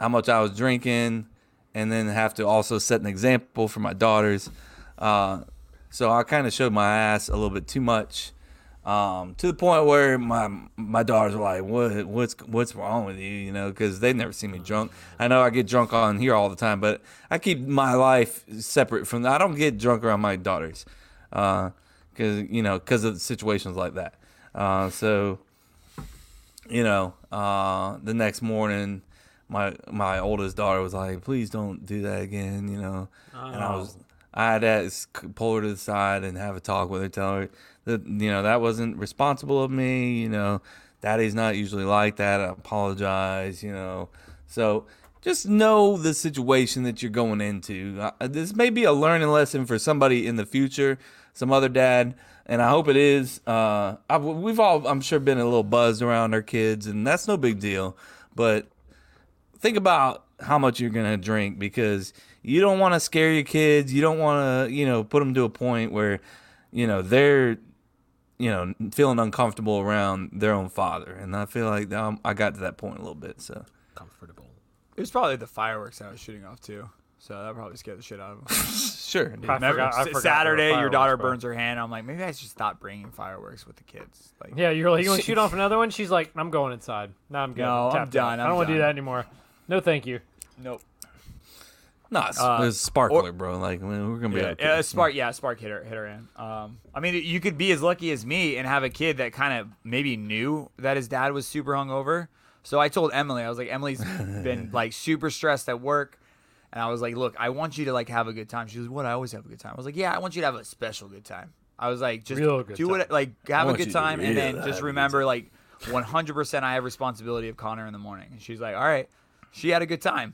how much I was drinking, and then have to also set an example for my daughters. Uh, so I kind of showed my ass a little bit too much, um, to the point where my my daughters were like, "What what's what's wrong with you?" You know, because they've never seen me drunk. I know I get drunk on here all the time, but I keep my life separate from. I don't get drunk around my daughters, because you know, because of situations like that. Uh, so, you know, uh, the next morning. My my oldest daughter was like, "Please don't do that again," you know, and I was I had to s- pull her to the side and have a talk with her, tell her that you know that wasn't responsible of me. You know, Daddy's not usually like that. I apologize. You know, so just know the situation that you're going into. Uh, this may be a learning lesson for somebody in the future, some other dad, and I hope it is. Uh, I, we've all, I'm sure, been a little buzzed around our kids, and that's no big deal. But think about how much you're gonna drink because you don't want to scare your kids. You don't want to, you know, put them to a point where, you know, they're, you know, feeling uncomfortable around their own father. And I feel like um, I got to that point a little bit. So comfortable. It was probably the fireworks I was shooting off too, so that probably scared the shit out of them. sure, dude. I Remember, forgot- I S- forgot Saturday, there were your daughter fireworks, bro. burns her hand. I'm like, maybe I should stop bringing fireworks with the kids. Like, Yeah, you're like, you want to shoot off another one? She's like, I'm going inside. No, I'm good. No, I'm Tapped out. done, I I'm don't want to do done. that anymore. No, thank you. Nope. No, it's, Uh, it's sparkler, bro. Like we- we're gonna be Yeah, okay. yeah, a spark. Yeah, a spark hit her. Hit her in. Um, I mean, you could be as lucky as me and have a kid that kind of maybe knew that his dad was super hungover. So I told Emily, I was like, Emily's been like super stressed at work, and I was like, look, I want you to like have a good time. She was, what? I always have a good time. I was like, yeah, I want you to have a special good time. I was like, just Real do good it. time. Like have a want you good to time, and really then just have a remember, like, 100%, I have responsibility of Connor in the morning. And she's like, all right. She had a good time.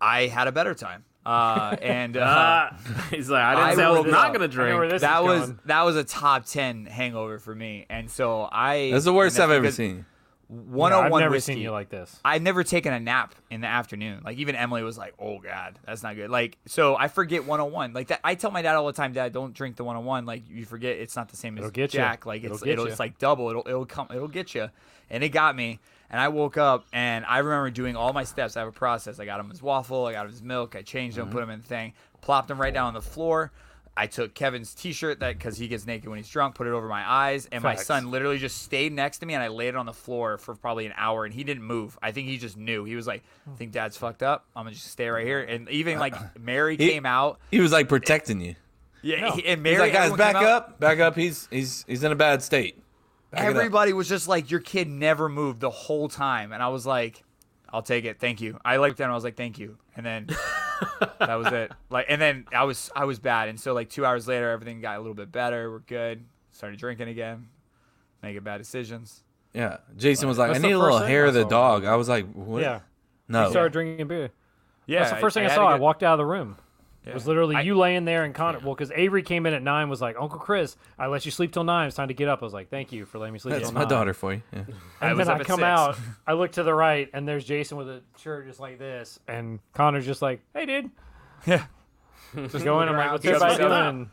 I had a better time. Uh, and uh, Ah, he's like, I didn't say I was woke not up- gonna drink. That was oh that was a top ten hangover for me, and so I. That's the worst and I've ever because seen. One Yeah, hundred I've one never whiskey. seen you like this. I've never taken a nap in the afternoon. Like even Emily was like, "Oh God, that's not good." Like so, I forget 101. Like that, I tell my dad all the time, "Dad, don't drink the 101. Like you forget, it's not the same as It'll get ya. Jack. Like it's It'll it'll, get ya. it's like double. It'll it'll come. It'll get you." And it got me. And I woke up and I remember doing all my steps. I have a process. I got him his waffle. I got him his milk. I changed Mm-hmm. him, put him in the thing, plopped him right down on the floor. I took Kevin's T-shirt that because he gets naked when he's drunk, put it over my eyes, and my Facts. son literally just stayed next to me and I laid it on the floor for probably an hour and he didn't move. I think he just knew. He was like, I think dad's fucked up. I'm gonna just stay right here. And even like Mary He- came out. He was like protecting you. Yeah, he- and He's Mary like, guys, everyone came back out. up, back up. He's he's he's in a bad state. Back it up." Everybody was just like, Your kid never moved the whole time. And I was like, I'll take it. Thank you. I liked that and I was like, Thank you. And then that was it. Like and then I was I was bad. And so like two hours later everything got a little bit better. We're good. Started drinking again. Making bad decisions. Yeah, Jason was like, That's I the need a little first thing hair I of the saw. dog. I was like, what? Yeah. No. You started drinking beer. Yeah, That's the first I- thing I, I had saw. to I go- walked out of the room. Yeah. It was literally you laying there in Connor. Well, because Avery came in at nine, was like, Uncle Chris, I let you sleep till nine. It's time to get up. I was like, thank you for letting me sleep That's till my nine. daughter for you. Yeah. I And was then I up at come six. out, I look to the right, and there's Jason with a shirt just like this, and Connor's just like, "Hey, dude." Yeah. Just going. I'm like, "What's Just everybody looking doing?" up. And-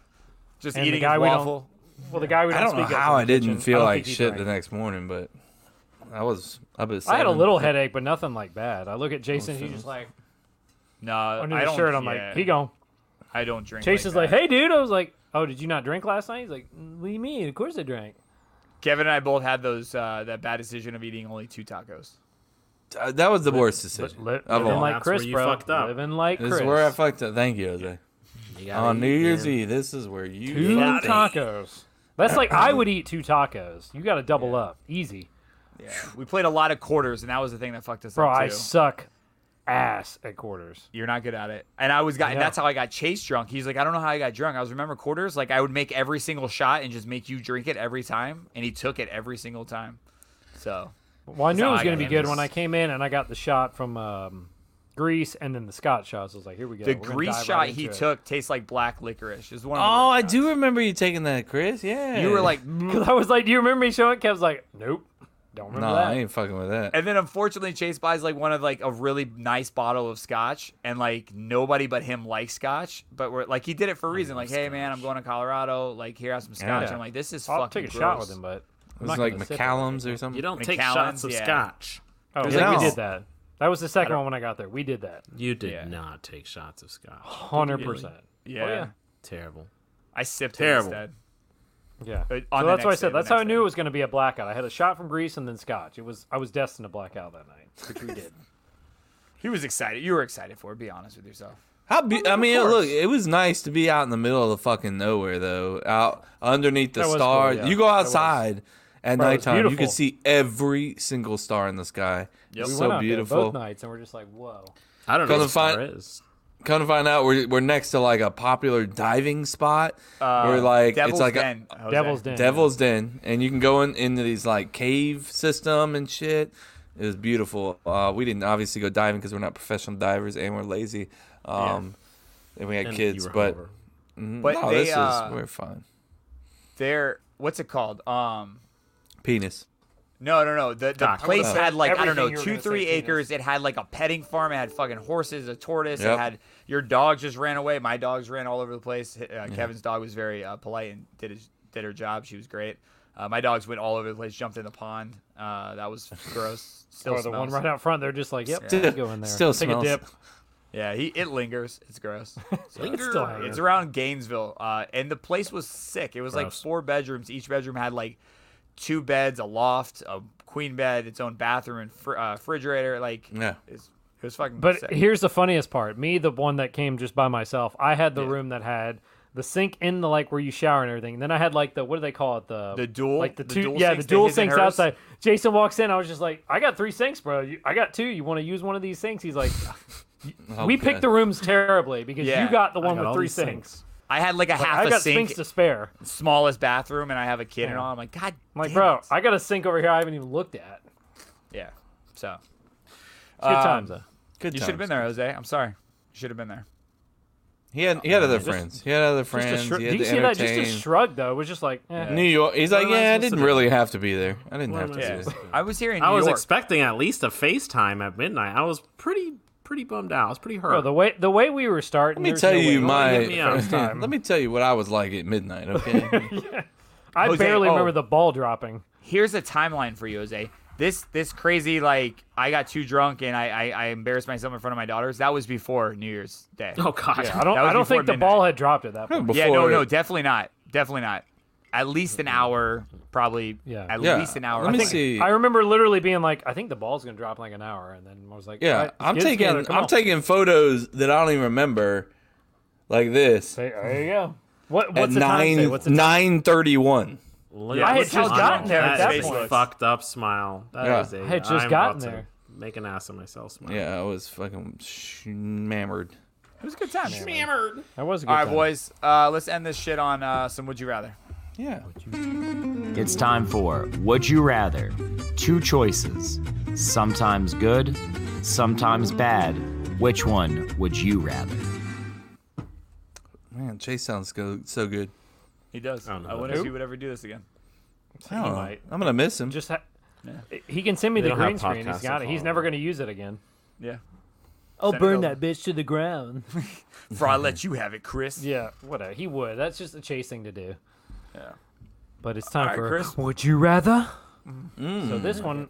Just and the eating guy his we don't- waffle. Well, the guy we don't, I don't know speak of how from I the didn't kitchen, feel I don't like think he shit drank. the next morning, but I was up at. Seven. I had a little headache, but nothing like bad. I look at Jason, he's just like No, under I the don't, shirt. I'm yeah. like, he gone. I don't drink. Chase is that. like, "Hey, dude." I was like, "Oh, did you not drink last night?" He's like, "What do you mean? Of course I drank." Kevin and I both had those uh, that bad decision of eating only two tacos. Uh, That was the worst decision Li- of living all. like That's Chris, where you bro. fucked up. Living like this Chris. is where I fucked up. Thank you, Jose. On New Year's Eve, this is where you two fucked up. tacos. That's like I would eat two tacos. You got to double up, easy, Yeah, we played a lot of quarters, and that was the thing that fucked us bro. up too. I suck ass at quarters. You're not good at it, and I was got. I and know. that's how I got Chase drunk. He's like, I don't know how I got drunk. I was remember quarters. Like I would make every single shot and just make you drink it every time, and he took it every single time. So Well, I knew it how was I going to got be in. good when I came in and I got the shot from um, Greece and then the Scott shots. I was like, here we go. the We're gonna grease dive shot right he into it. took tastes like black licorice. Is one. Of the Oh, I worst do remember you taking that, Chris. Yeah, shots. You were like, 'Cause I was like, do you remember me showing? Kev's like, nope. Don't No, remember I that. ain't fucking with that. And then unfortunately, Chase buys like one of like a really nice bottle of scotch, and like nobody but him likes scotch. But we're like he did it for a reason. Like, hey man, I'm going to Colorado. Like, here have some scotch. Yeah. I'm like, this is I'll fucking. take a shot gross. with him, but It was like McCallum's or something. You don't take shots of yeah. scotch. Oh, There's we, like we this- did that. That was the second one when I got there. We did that. You did not take shots of scotch. Hundred Really? percent. Oh, Yeah. Terrible. I sipped Terrible. it instead. Yeah. But on So the that's why I next day, said the that's how I next knew it was going to be a blackout. I had a shot from Greece and then Scotch. It was I was destined to blackout that night, which we did. He was excited. You were excited for it. Be honest with yourself. How Oh, be- I mean, course. look, it was nice to be out in the middle of the fucking nowhere, though, out underneath the That was cool, stars. yeah. You go That was- outside at Bro, it was nighttime, you beautiful. could see every single star in the sky. It's we went so out beautiful. There both nights and we're just like, whoa. I don't know Gonna what find- find- is. Come to find out, we're, we're next to like a popular diving spot. where like it's Devil's like Den, a Jose. Devil's Uh, Den. devil's den, and you can go in, into these like cave system and shit. It was beautiful. Uh, we didn't obviously go diving because we're not professional divers and we're lazy, um, and we had And you kids. were But, hungover. Mhm. But no, they, this uh, is we're fine. There. What's it called? Um. Penis. No, no, no. The, the Cock. place Oh. had like I don't Everything know you were two, gonna say, three penis. acres. It had like a petting farm. It had fucking horses, a tortoise. Yep. It had your dog just ran away. My dogs ran all over the place. Uh, Kevin's dog was very uh, polite and did his, did her job. She was great. Uh, my dogs went all over the place, jumped in the pond. Uh, that was gross. Still Or the one smells. right out front. They're just like, yep, Still- go in there. still take smells. a dip. Yeah, he it lingers. It's gross. So It's it's, still hanging. it's around Gainesville, uh, and the place was sick. It was like Gross. four bedrooms. Each bedroom had like two beds, a loft, a queen bed, its own bathroom and fr- uh, refrigerator. Like, Yeah. it's, it was fucking. But sick. here's the funniest part. Me, the one that came just by myself, I had the room that had the sink in the like where you shower and everything. And then I had like the what do they call it? The The dual- like the the two dual yeah sinks, the the dual his and sinks hers? outside. Jason walks in. I was just like, I got three sinks, bro. You, I got two. You want to use one of these sinks? He's like, Oh, we God. picked the rooms terribly because Yeah, you got the one got with all three these sinks. sinks. I had like a half I a got sink, sinks to spare. I'm smallest bathroom, and I have a kid and all. I'm like, God, like, damn bro, it." I got a sink over here. I haven't even looked at. It's yeah. So good times though. Good. you should have been there, Jose. I'm sorry. You should have been there. He had he had other friends. He had other friends. Just a shrug. he Do had you to see that? Just a entertain. shrug though. It was just like, eh. New York. He's like, am I yeah, I supposed to didn't do? really have to be there. I didn't have am to I be supposed there. to do? I was here in I New was York. expecting at least a FaceTime at midnight. I was pretty pretty bummed out. I was pretty hurt. Bro, the way the way we were Let starting. me there's tell no way you we- my. hit me up. let me tell you what I was like at midnight. Okay. I Jose, barely oh. remember the ball dropping. here's a timeline for you, Jose. This this crazy like I got too drunk and I I, I embarrassed myself in front of my daughters. That was before New Year's Day. oh god. I don't. That was I don't before think the ball midnight. had dropped at that point. Before yeah, no, no, it- definitely not. Definitely not. At least an hour, probably. Yeah. At Yeah, least an hour. let me I think- see. I remember literally being like, "I think the ball's gonna drop in like an hour," and then I was like, Yeah, "All right, let's I'm get it taking together, come I'm on." taking photos that I don't even remember, like this There- There you go. What, at what's the time? say? nine What's the time? nine thirty one. Look I had what's just on gotten there at that face point. Fucked up smile. That Yeah. is a- I had just I'm gotten about to there. Make an ass of myself. Smile. Yeah, I was fucking shammered. it was a good time. Hammered. That was a good All right, time. boys. Uh, let's end this shit on uh, some Would You Rather. Yeah, It's time for Would You Rather? Two choices, sometimes good, sometimes bad. Which one would you rather? man, Chase sounds go, so good. He does. I, don't know wonder that. if he Uh, would ever do this again. I don't know. might. I'm gonna miss him. Just ha- he can send me They the don't have green screen. podcasts He's got that it. He's follow never gonna use it again. Yeah. I'll Send it burn over. that bitch to the ground. For I let you have it, Chris. yeah, whatever. He would. That's just a chase thing to do. Yeah. But it's time All right, for Chris. Would you rather? Mm. So this one,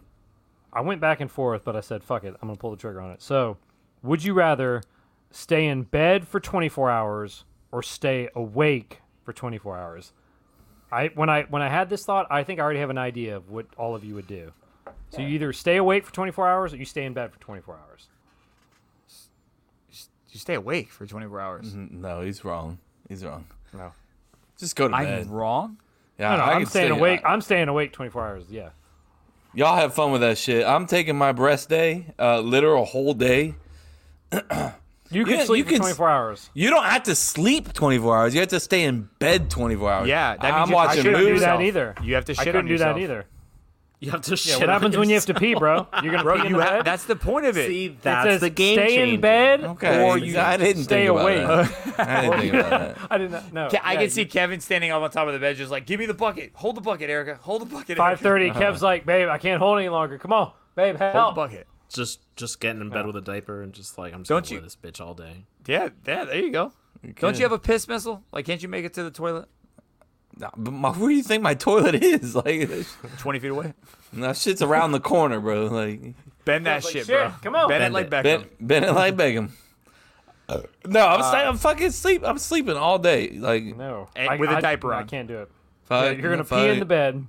I went back and forth, but I said, "Fuck it, I'm gonna pull the trigger on it." So, would you rather stay in bed for 24 hours or stay awake for 24 hours? I when I when I had this thought, I think I already have an idea of what all of you would do. So you either stay awake for 24 hours or you stay in bed for 24 hours. You stay awake for 24 hours. no, he's wrong. He's wrong. No. Just go to I'm bed. wrong. Yeah, No, no, I I'm can staying stay- awake. I'm staying awake 24 hours. Yeah. y'all have fun with that shit. I'm taking my breast day, uh, literal whole day. You can Yeah, you sleep for can s- 24 hours. You don't have to sleep 24 hours. You have to stay in bed 24 hours. Yeah, that means I'm you- I watching shouldn't do couldn't do movies. yourself. that either. You have to shit I on couldn't do that yourself. either. You have to Yeah, shit. what on happens when you have to yourself. pee, bro? You're gonna Bro, pee in you the ha- bed? that's the point of it. See, It that's says the game Stay in changer. bed, Okay, or you I didn't stay think about awake. that. I didn't think about I did not know. Ke- I can see Kevin standing up on top of the bed, just like, "Give me the bucket, hold the bucket, Erica, hold the bucket." Erica." Five thirty. Kev's like, babe, I can't hold any longer. Come on, babe, help. bucket. Just just getting in bed with a diaper and just like I'm just Don't gonna you- wear this bitch all day. Yeah, yeah. There you go. Don't you have a piss missile? Like, can't you make it to the toilet? Nah, but my, where do you think my toilet is? Like, this- Twenty feet away. that shit's around the corner, bro. Like, Bend that Sounds like shit, shit. bro. Come on. bend, Bend it like it. Beckham. bend, bend it like Beckham. No, I'm, Uh, stay- I'm fucking sleep. I'm sleeping all day. Like, No, And I- with a I- diaper I on. can't do it. Fuck, Yeah, you're gonna fuck pee in it. the bed.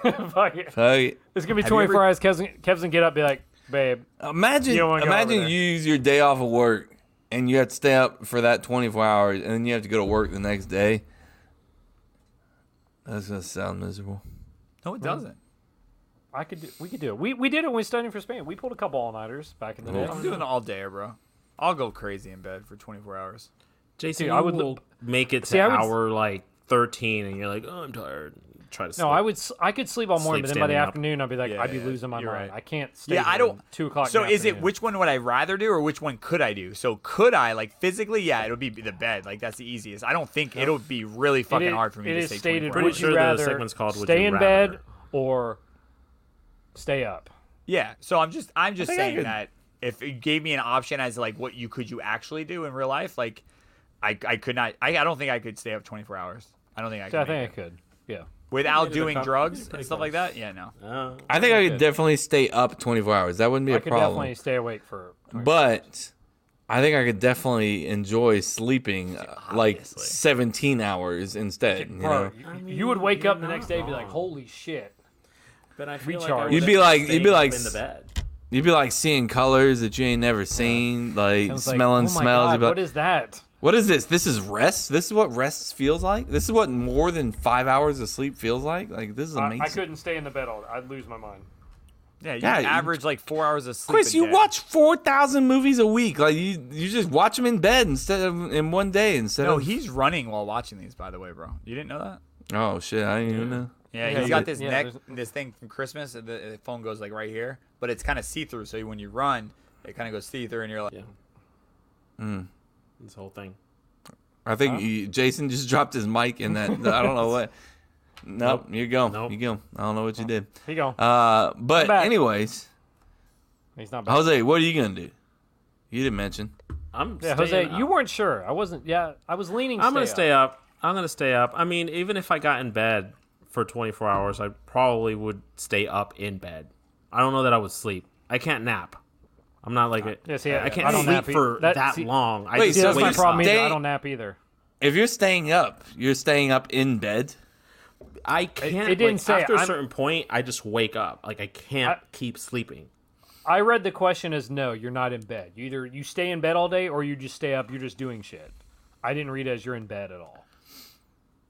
Fuck it. fuck it. It's gonna be Have you 24 ever- hours. Kev's, Kev's gonna get up, and be like, babe. Imagine, You don't wanna go over imagine there. you use your day off of work and you have to stay up for that 24 hours and then you have to go to work the next day. That's gonna sound miserable. No, it doesn't. I could. Do, we could do it. We we did it when we studied for Spain. We pulled a couple all nighters back in the day. I'm doing all day, bro. I'll go crazy in bed for 24 hours. Jason, Dude, I I would would will look- make it to See, I would- hour like 13, and you're like, oh, I'm tired. Try to sleep. No, I would. s- I could sleep all morning, Sleep but then by the standing up. afternoon, I'd be like, Yeah, I'd be yeah, losing my you're mind. right. I can't stay. yeah, I till don't. Two o'clock. in So the is it afternoon. which one would I rather do, or which one could I do? So could I like physically? Yeah, it'll be the bed. Like that's the easiest. I don't think it'll be really fucking it, hard for me it to is say. stated. 24 Would hours. sure you the rather segment's called Would stay You in Rather? bed or stay up? Yeah. So I'm just I'm just think I saying could- that if it gave me an option as like what you could you actually do in real life, like I I could not I, I don't think I could stay up 24 hours. I don't think I So could. I make think I it. could. Yeah. Without made it a doing comp- drugs you and did pretty stuff like that. Yeah, no. I think I could definitely stay up 24 hours. That wouldn't be a I could problem. definitely stay awake for. But I think I could definitely enjoy sleeping uh, like 17 hours instead. You Bro, know, you, you would wake up the next day and be like, "Holy shit!" But I feel like I recharge. would've you'd be like, you'd be like, in the bed. you'd be like seeing colors that you ain't never seen, like Sounds like, smelling "Oh my smells. You'd God, be like, what is that? What is this? This is rest. This is what rest feels like. This is what more than five hours of sleep feels like. Like this is I, amazing. I couldn't stay in the bed all. I'd lose my mind. Yeah, you Yeah, you- average like 4 hours of sleep. Chris, a you day. watch four thousand movies a week. Like you, you just watch them in bed instead of in one day instead No, of. he's running while watching these by the way, bro. You didn't know that? oh shit! I didn't even know. Yeah, Yeah, he's you got could- this yeah, neck, there's- this thing from Christmas. and The, the phone goes like right here, but it's kind of see through. So when you run, it kind of goes see through, and you're like, Mm. This whole thing. I think you- Jason just dropped his mic in that. I don't know what. Nope, you're going. You go. I don't know what you did. Here you go. Uh, but back. anyways, He's not. Back. Jose, what are you gonna do? You didn't mention. I'm Yeah, staying Jose, up. you weren't sure. I wasn't. Yeah, I was leaning. I'm gonna up. stay up. I'm gonna stay up. I mean, even if I got in bed for 24 hours, I probably would stay up in bed. I don't know that I would sleep. I can't nap. I'm not like it. Yeah, see, I can't I don't sleep nap e- for that, that- see- long. I Wait, just See, that's wake my up. problem. Either. Stay- I don't nap either. If you're staying up, you're staying up in bed. I can't. it didn't like, say after a I'm- certain point. I just wake up. Like I can't keep sleeping. I read the question as no, you're not in bed. You either you stay in bed all day or you just stay up. You're just doing shit. I didn't read it as you're in bed at all.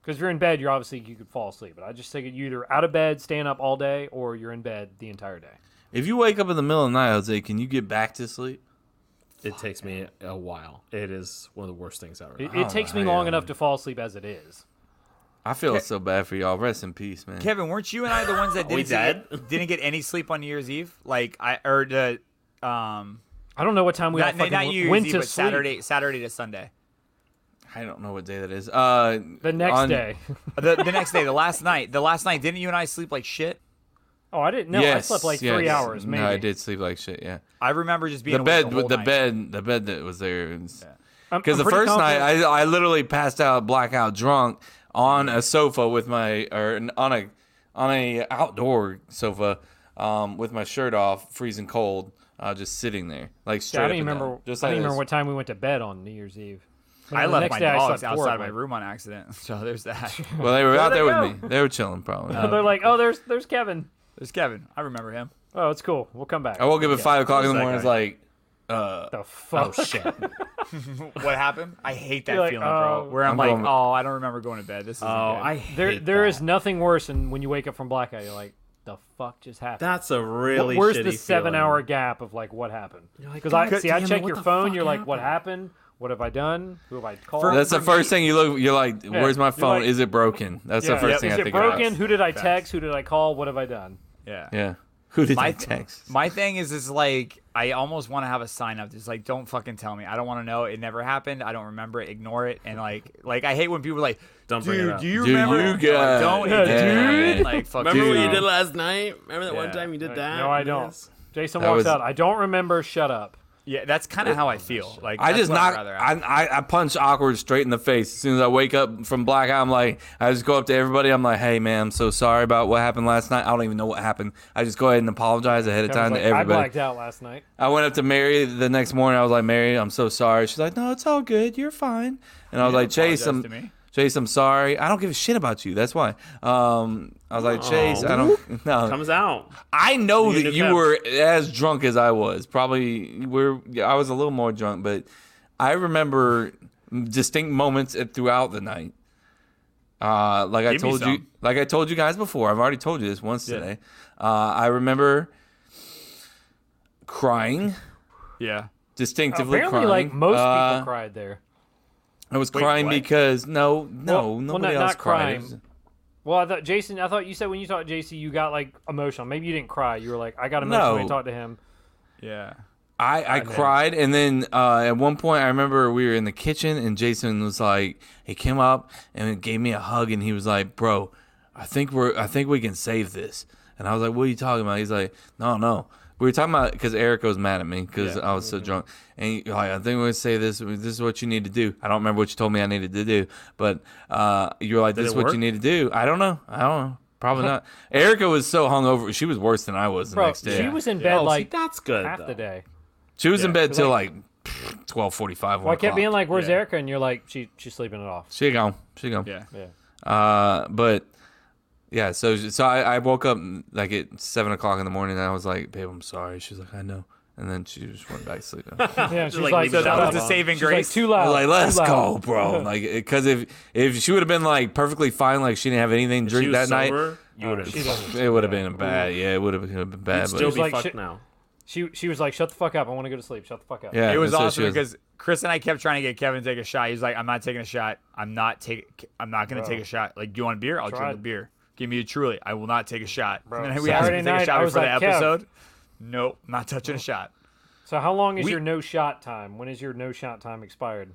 Because if you're in bed, you're obviously you could fall asleep. But I just think you either out of bed, staying up all day, or you're in bed the entire day. If you wake up in the middle of the night, Jose, can you get back to sleep? It takes me a while. It is one of the worst things ever. It, don't it takes know me how long you- enough to fall asleep as it is. I feel so bad for y'all. Rest in peace, man. Kevin, weren't you and I the ones that we didn't Get, didn't get any sleep on New Year's Eve? Like I or the um I don't know what time we not, all fucking not New Year's went Eve, to but sleep Saturday Saturday to Sunday. I don't know what day that is. Uh, the next on- day. Uh, The, the next day, the last night, the last night, didn't you and I sleep like shit? Oh, I didn't know. I Yes, slept like yes. three hours, maybe. No, I did sleep like shit. Yeah, I remember just being the awake bed, the, whole with the night. bed, the bed that was there. I'm- Because the I'm pretty first night, confident- I I literally passed out, blackout drunk on a sofa with my or on a on a outdoor sofa, um, with my shirt off, freezing cold, uh, just sitting there like Yeah, straight. I up don't even and down, remember. Just I like don't even this. remember what time we went to bed on New Year's Eve. But I the left next my day, I dogs slept outside my horribly. room on accident, so there's that. Well, they were out there Where'd they with me. They were chilling, probably. They're like, oh, there's there's Kevin. There's Kevin. I remember him. Oh, it's cool. We'll come back. I woke up at five o'clock in the Who's that morning. It's guy? like, uh, The fuck? oh shit. what happened? I hate that You're like, feeling, bro. oh. Where I'm, I'm like, going- oh, I don't remember going to bed. This is Oh, I hate There, that. there is nothing worse than when you wake up from blackout. You're like, the fuck just happened? That's a really Where's shitty the seven feeling. hour gap of like what happened? like, Because I "God see, I damn it, check what your the phone. fuck You're like, what happened? What have I done? Who have I called? That's the for first me- thing you look. You're like, Yeah, where's my you're phone? like- is it broken? That's Yeah. the first Is thing I it think broken? about. Who did I text? Who did I call? What have I done? Yeah. Yeah. Who did my, I text? My thing is, is like I almost want to have a sign up. It's like, don't fucking tell me. I don't want to know. It never happened. I don't remember it. Ignore it. And like, like I hate when people are like, Don't dude, bring it up. do you Dude, remember? you Like, got- don't, Yeah, it didn't dude. happen. Like, fuck Remember what you. you did last night? Remember that one time you did that? No, I don't. Jason walks out. I don't remember. Shut up. Yeah, that's kind of how I feel. Like I that's just what I'd knock. rather I, I I punch awkward straight in the face as soon as I wake up from blackout. I'm like, I just go up to everybody. I'm like, hey man, I'm so sorry about what happened last night. I don't even know what happened. I just go ahead and apologize ahead of Kevin's time like, to everybody. I blacked out last night. I went up to Mary the next morning. I was like, Mary, I'm so sorry. She's like, No, it's all good. You're fine. And I was You like, Chase, apologized I'm to me. Chase, I'm sorry. I don't give a shit about you. That's why. Um, I was like, Chase, I don't. No, Comes out. I know You that knew you Kev. were as drunk as I was. Probably we're. yeah, I was a little more drunk, but I remember distinct moments throughout the night. Uh, like I Give me told you, some. like I told you guys before. I've already told you this once Yeah. today. Uh, I remember crying Yeah. distinctively. Apparently, crying. like most Uh, people cried there. I was Wait, crying what? because no, no, well, nobody not- else not cried. crying. Well, I thought Jason. I thought you said when you talked to JC, you got like emotional. Maybe you didn't cry. You were like, I got emotional when I No. talked to him. Yeah. I, I know. cried, and then uh, at one point, I remember we were in the kitchen, and Jason was like, he came up and gave me a hug, and he was like, "Bro, I think we're, I think we can save this." And I was like, "What are you talking about?" He's like, "No, no." We were talking about because Eric was mad at me because I was so drunk, and he, like, I think we say this. This is what you need to do. I don't remember what you told me I needed to do, but uh, you were like, Did "This it is what work? you need to do." I don't know. I don't know. Probably not. Erica was so hungover; she was worse than I was the Bro, next day. she was in bed Oh, see, like that's good, half though. the day. She was in bed Cause, till like- like twelve forty five. Well, I kept being like, "Where's Erica?" And you're like, "She she's sleeping it off." she gone, she gone. Yeah. Yeah. Uh, but yeah, so so I, I woke up like at seven o'clock in the morning, and I was like, "Babe, I'm sorry." She's like, "I know," and then she just went back to sleep. Yeah, Just she's like like, leave it "Shut up." up." That was the saving She's like, grace. too loud. I was like, too let's loud." go, bro. Like, because if if she would have been like perfectly fine, like she didn't have anything to drink you that sober, you would've- night, it would have been bad. Yeah, it would have been bad. still But be like, fucked shit- now. She she was like, "Shut the fuck up! I want to go to sleep. Shut the fuck up." Yeah, it was that's what awesome she was- because Chris and I kept trying to get Kevin to take a shot. He's like, "I'm not taking a shot. I'm not take. I'm not gonna Bro. take a shot. Like, do you want a beer? I'll Tried. drink a beer. Give me a Truly. I will not take a shot." Bro, And then we asked Saturday him to take night, a shot I was before like, the "Kev." episode. Nope, not touching a shot. So how long is We- your no shot time? When is your no shot time expired?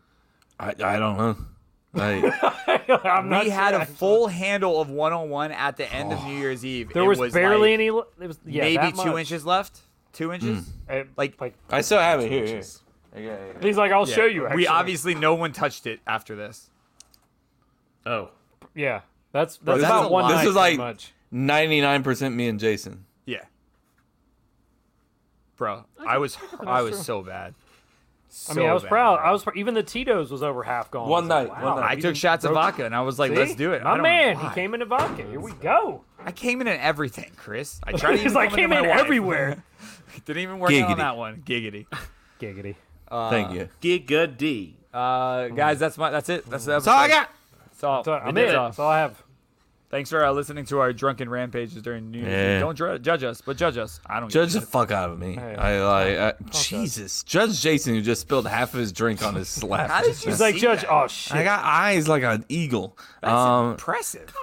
I I don't know. Like, I'm not We had sure. a full handle of one on one at the end of New Year's Eve. There It was, barely like any. It was yeah, maybe that two much. inches left. Hmm. Two inches. Uh, Like, like I still have it here. here. he's like, "I'll yeah. show you." Actually. We obviously no one touched it after this. Oh. yeah. That's Bro, that's this about is- one. this night is pretty like- much. Ninety nine percent me and Jason. Yeah. Bro, I was I was so bad. I mean, I was proud. I was pr- even the Tito's was over half gone. One I was night, Like, wow. one night. I took shots of vodka and I was like, See? let's do it. I My don't man, know he why. came into vodka. Here we go. I came in in everything, Chris. I tried to He's even like, come into came my in wife. everywhere. Didn't even work out Giggity. on that one. Giggity. Giggity. Thank you. Giga D. Uh, guys, that's my that's it. That's, the That's all I episode. got. That's all. So, I'm That's in. all. That's all I have. Thanks for uh, listening to our drunken rampages during New Year's. Yeah. Eve. Don't dr- judge us, but judge us. I don't give Judge a the shit. fuck out of me. I, I, I Jesus. Judge Jason who just spilled half of his drink on his lap. How did you He's like, see Judge, that? oh shit. I got eyes like an eagle. That's um, impressive.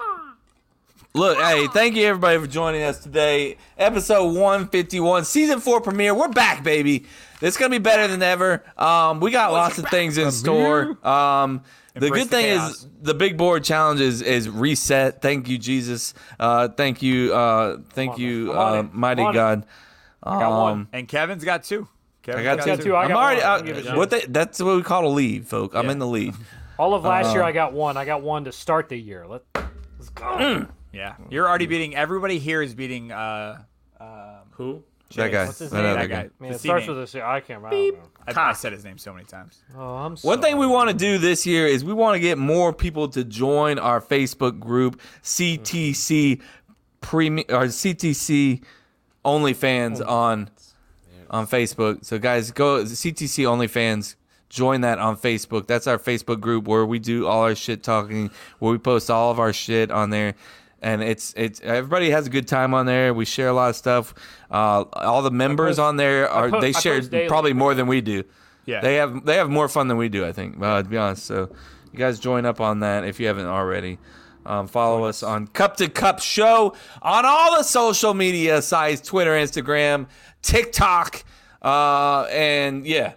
look, hey, thank you everybody for joining us today. Episode 151, season four premiere. We're back, baby. It's gonna be better than ever. Um, we got lots of things in store. Um, the Embrace good the thing chaos. is the big board challenge is, is reset. Thank you, Jesus. Uh, thank you, uh, thank you, I'm on it. uh, I'm mighty on it. God. I got one. Um, And Kevin's got two. Kevin's I got, got two. two, I I'm got already. one. I out- don't give a shit. what they, that's what we call a lead, folk. I'm Yeah. in the lead. All of last uh, year, I got one. I got one to start the year. Let, let's go. Yeah, you're already beating. Everybody here is beating. Uh, Who? that guy. What's his that name? other that guy. guy. Man, The it C starts name. with a C. I can't remember. I, I said his name so many times. Oh, I'm so One thing we want to do this year is we want to get more people to join our Facebook group, CTC Premium or CTC OnlyFans Oh. on on Facebook. So guys, go CTC OnlyFans. Join that on Facebook. That's our Facebook group where we do all our shit talking, where we post all of our shit on there, and it's it's everybody has a good time on there. We share a lot of stuff. Uh, all the members on there are post- they I post share daily. probably more than we do. Yeah. They have they have more fun than we do, I think. Uh, to be honest, so you guys join up on that if you haven't already. Um, follow us on Cup to Cup Show on all the social media sites Twitter, Instagram, TikTok. Uh, and yeah.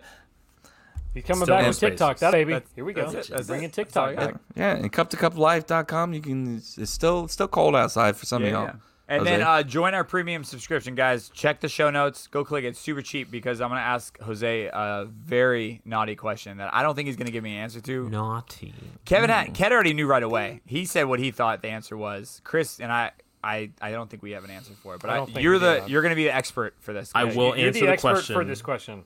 He's coming back with TikTok, that baby. Here we go. Bringing TikTok back. Yeah, and cup to cuplife.com. You can, it's it's still it's still cold outside for some Yeah, of y'all. yeah. And Jose. then uh, join our premium subscription, guys. Check the show notes. Go click it. It's super cheap because I'm going to ask Jose a very naughty question that I don't think he's going to give me an answer to. Naughty. Kevin had, Ken already knew right away. He said what he thought the answer was. Chris and I, I, I don't think we have an answer for it. But I I don't think you're we do the have. you're going to be the expert for this. I guy. will You- You're answer the the expert for question. this question.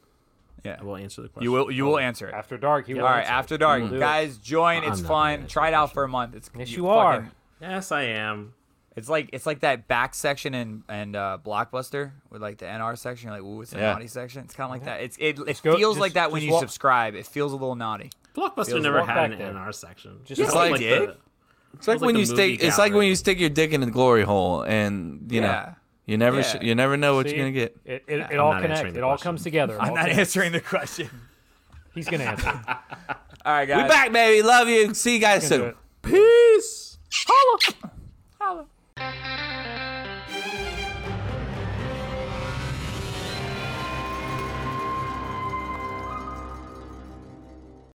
Yeah. I will answer the question. You will you will answer it After dark, he All will right, answer it. after dark, He will do it. guys, join. It's I'm not fun. Try it out for a month. It's Yes, you are. Yes, I am. It's like it's like that back section and and uh, blockbuster with like the NR section. You're like, ooh, it's a Yeah. naughty section. It's kind of like that. It's it, it go- feels like just- that when just you walk- subscribe. It feels a little naughty. Blockbuster Feels never walk had back an there. NR section. Yes, Just they like did. the- It's like Sounds like when the you stick. movie It's like when you stick your dick in the glory hole, and Yeah. you know, you never, Yeah. sh- you never know what See? you're gonna get. It, it, it I'm all not connects. answering the It all question. comes together. I'm All not connects. answering the question. He's gonna answer. it. All right, We guys. back, baby. Love you. See you guys Gonna do soon. it. Peace.